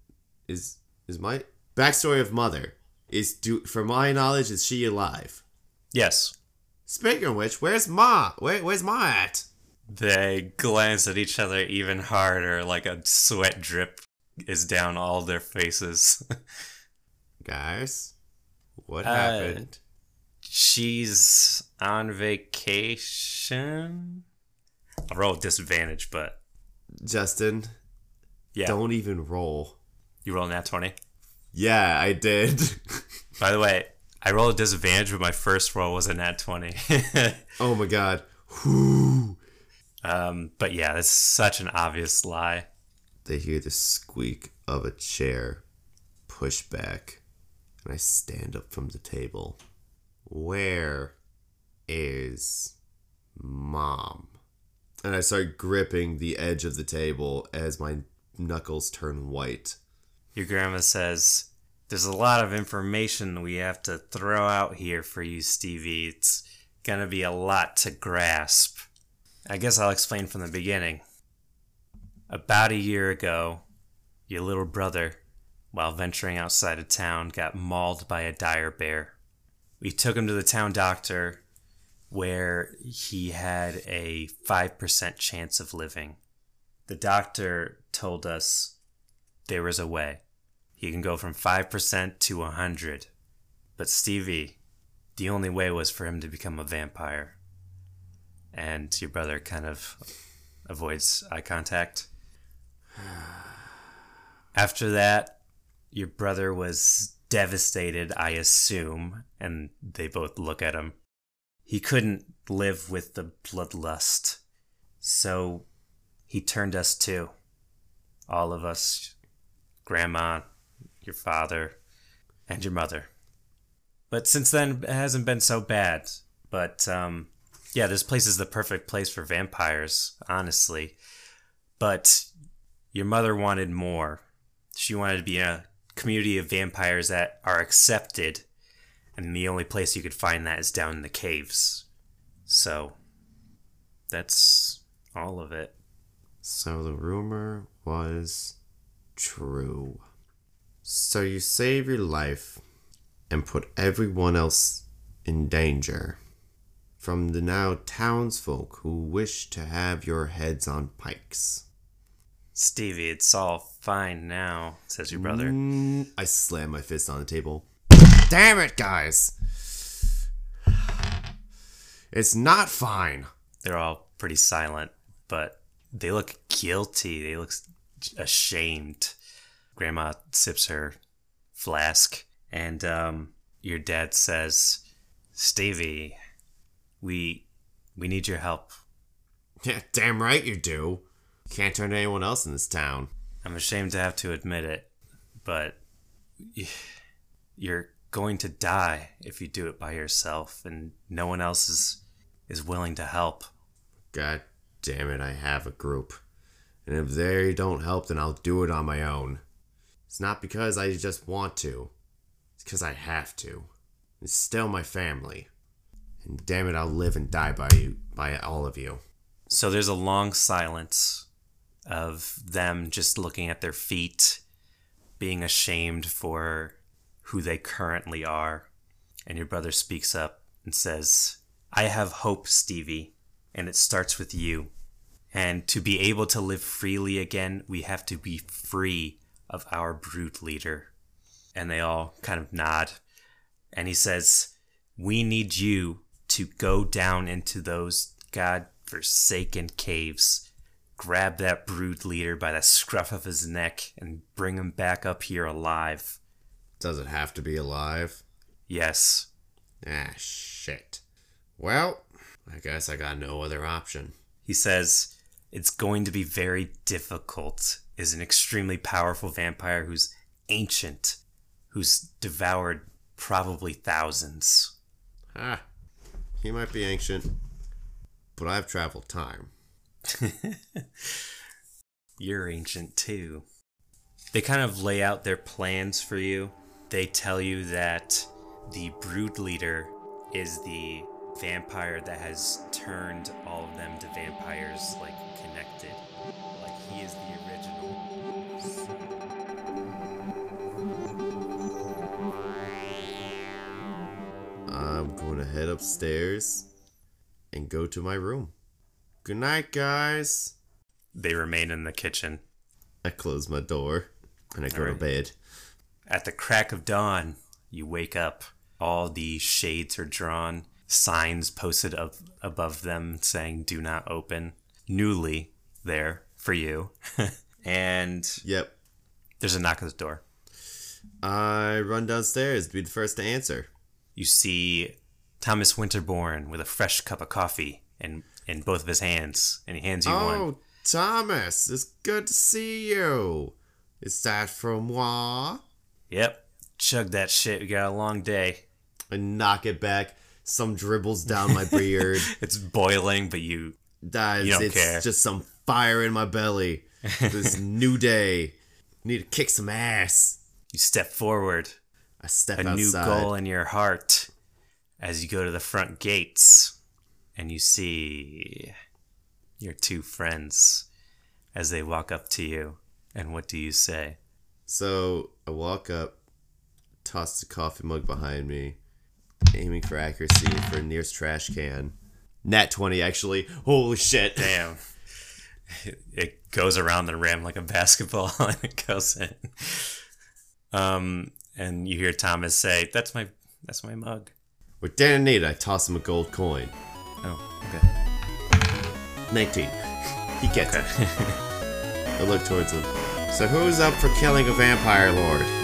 Speaker 4: is is my backstory of mother is do for my knowledge is she alive?
Speaker 1: yes."
Speaker 4: Speaking of which, where's Ma? Where, where's Ma at?
Speaker 1: They glance at each other even harder, like a sweat drip is down all their faces. *laughs*
Speaker 4: Guys, what
Speaker 1: Uh,
Speaker 4: happened?
Speaker 1: She's on vacation. I rolled disadvantage, but
Speaker 4: Justin,
Speaker 1: yeah.
Speaker 4: don't even roll.
Speaker 1: You roll that 20.
Speaker 4: Yeah, I did. *laughs*
Speaker 1: By the way, I rolled a disadvantage, but my first roll was a nat 20.
Speaker 4: oh my god. Whew.
Speaker 1: *laughs* um, but yeah, that's such an obvious lie.
Speaker 4: They hear the squeak of a chair push back, and I stand up from the table. Where is mom? And I start gripping the edge of the table as my knuckles turn white.
Speaker 1: Your grandma says, There's a lot of information we have to throw out here for you, Stevie. It's gonna be a lot to grasp. I guess I'll explain from the beginning. About a year ago, your little brother, while venturing outside of town, got mauled by a dire bear. We took him to the town doctor, where he had a 5% chance of living. The doctor told us there is a way. He can go from 5% to 100. But Stevie, the only way was for him to become a vampire. And your brother kind of avoids eye contact. *sighs* After that, your brother was devastated, I assume, and they both look at him. He couldn't live with the bloodlust. So he turned us to all of us grandma, your father, and your mother. But since then, it hasn't been so bad. But um, yeah, this place is the perfect place for vampires, honestly. But your mother wanted more. She wanted to be in a community of vampires that are accepted, and the only place you could find that is down in the caves. So that's all of it.
Speaker 4: So the rumor was true. So you save your life and put everyone else in danger from the now townsfolk who wish to have your heads on pikes.
Speaker 1: Stevie, it's all fine now, says your brother.
Speaker 4: Mm, I slam my fist on the table. Damn it, guys! It's not fine. *laughs*
Speaker 1: they're all pretty silent, but they look guilty. They look ashamed. Grandma sips her flask, and um, your dad says, "Stevie, we we need your help.
Speaker 4: Yeah, damn right you do. Can't turn to anyone else in this town.
Speaker 1: I'm ashamed to have to admit it, but y- you're going to die if you do it by yourself, and no one else is is willing to help."
Speaker 4: God damn it, I have a group. And if they don't help, then I'll do it on my own. It's not because I just want to, it's because I have to. It's still my family. And damn it, I'll live and die by you, by all of you.
Speaker 1: So there's a long silence of them just looking at their feet, being ashamed for who they currently are. And your brother speaks up and says, I have hope, Stevie, and it starts with you. And to be able to live freely again, we have to be free of our brute leader. And they all kind of nod. And he says, we need you to go down into those godforsaken caves, grab that brood leader by the scruff of his neck, and bring him back up here alive.
Speaker 4: Does it have to be alive?
Speaker 1: Yes.
Speaker 4: Ah, shit. Well, I guess I got no other option.
Speaker 1: He says, It's going to be very difficult, is an extremely powerful vampire who's ancient, who's devoured probably thousands.
Speaker 4: Ah, he might be ancient, but I've traveled time.
Speaker 1: *laughs* You're ancient too. They kind of lay out their plans for you. They tell you that the brood leader is the vampire that has turned all of them to vampires, like connected. Like he is the original.
Speaker 4: I'm going to head upstairs and go to my room. Good night, guys.
Speaker 1: They remain in the kitchen.
Speaker 4: I close my door and I go to
Speaker 1: Alright.
Speaker 4: bed.
Speaker 1: At the crack of dawn, you wake up. All the shades are drawn, signs posted up above them saying, Do not open. Newly there for you. *laughs* and
Speaker 4: Yep.
Speaker 1: There's a knock at the door.
Speaker 4: I run downstairs to be the first to answer.
Speaker 1: You see Thomas Winterbourne with a fresh cup of coffee and in both of his hands, and he hands you one.
Speaker 4: oh, Thomas, it's good to see you. Is that from moi?
Speaker 1: Yep, chug that shit. We got a long day. *laughs*
Speaker 4: I knock it back. Some dribbles down my beard.
Speaker 1: It's boiling, but you
Speaker 4: Guys,
Speaker 1: You don't
Speaker 4: it's
Speaker 1: care.
Speaker 4: just some fire in my belly.
Speaker 1: *laughs*
Speaker 4: This new day. Need to kick some ass.
Speaker 1: you step forward,
Speaker 4: I step
Speaker 1: a new
Speaker 4: outside.
Speaker 1: goal in your heart, as you go to the front gates, and you see your two friends as they walk up to you. And what do you say?
Speaker 4: So I walk up, toss the coffee mug behind me, aiming for accuracy for nearest trash can. Nat 20, actually. Holy shit.
Speaker 1: Damn. *laughs* It goes around the rim like a basketball *laughs* and it goes in. Um, and you hear Thomas say, "That's my, that's my mug."
Speaker 4: We're down in need. I toss him a gold coin.
Speaker 1: Oh, okay.
Speaker 4: 19. *laughs* He gets it. I look towards him. So who's up for killing a vampire lord?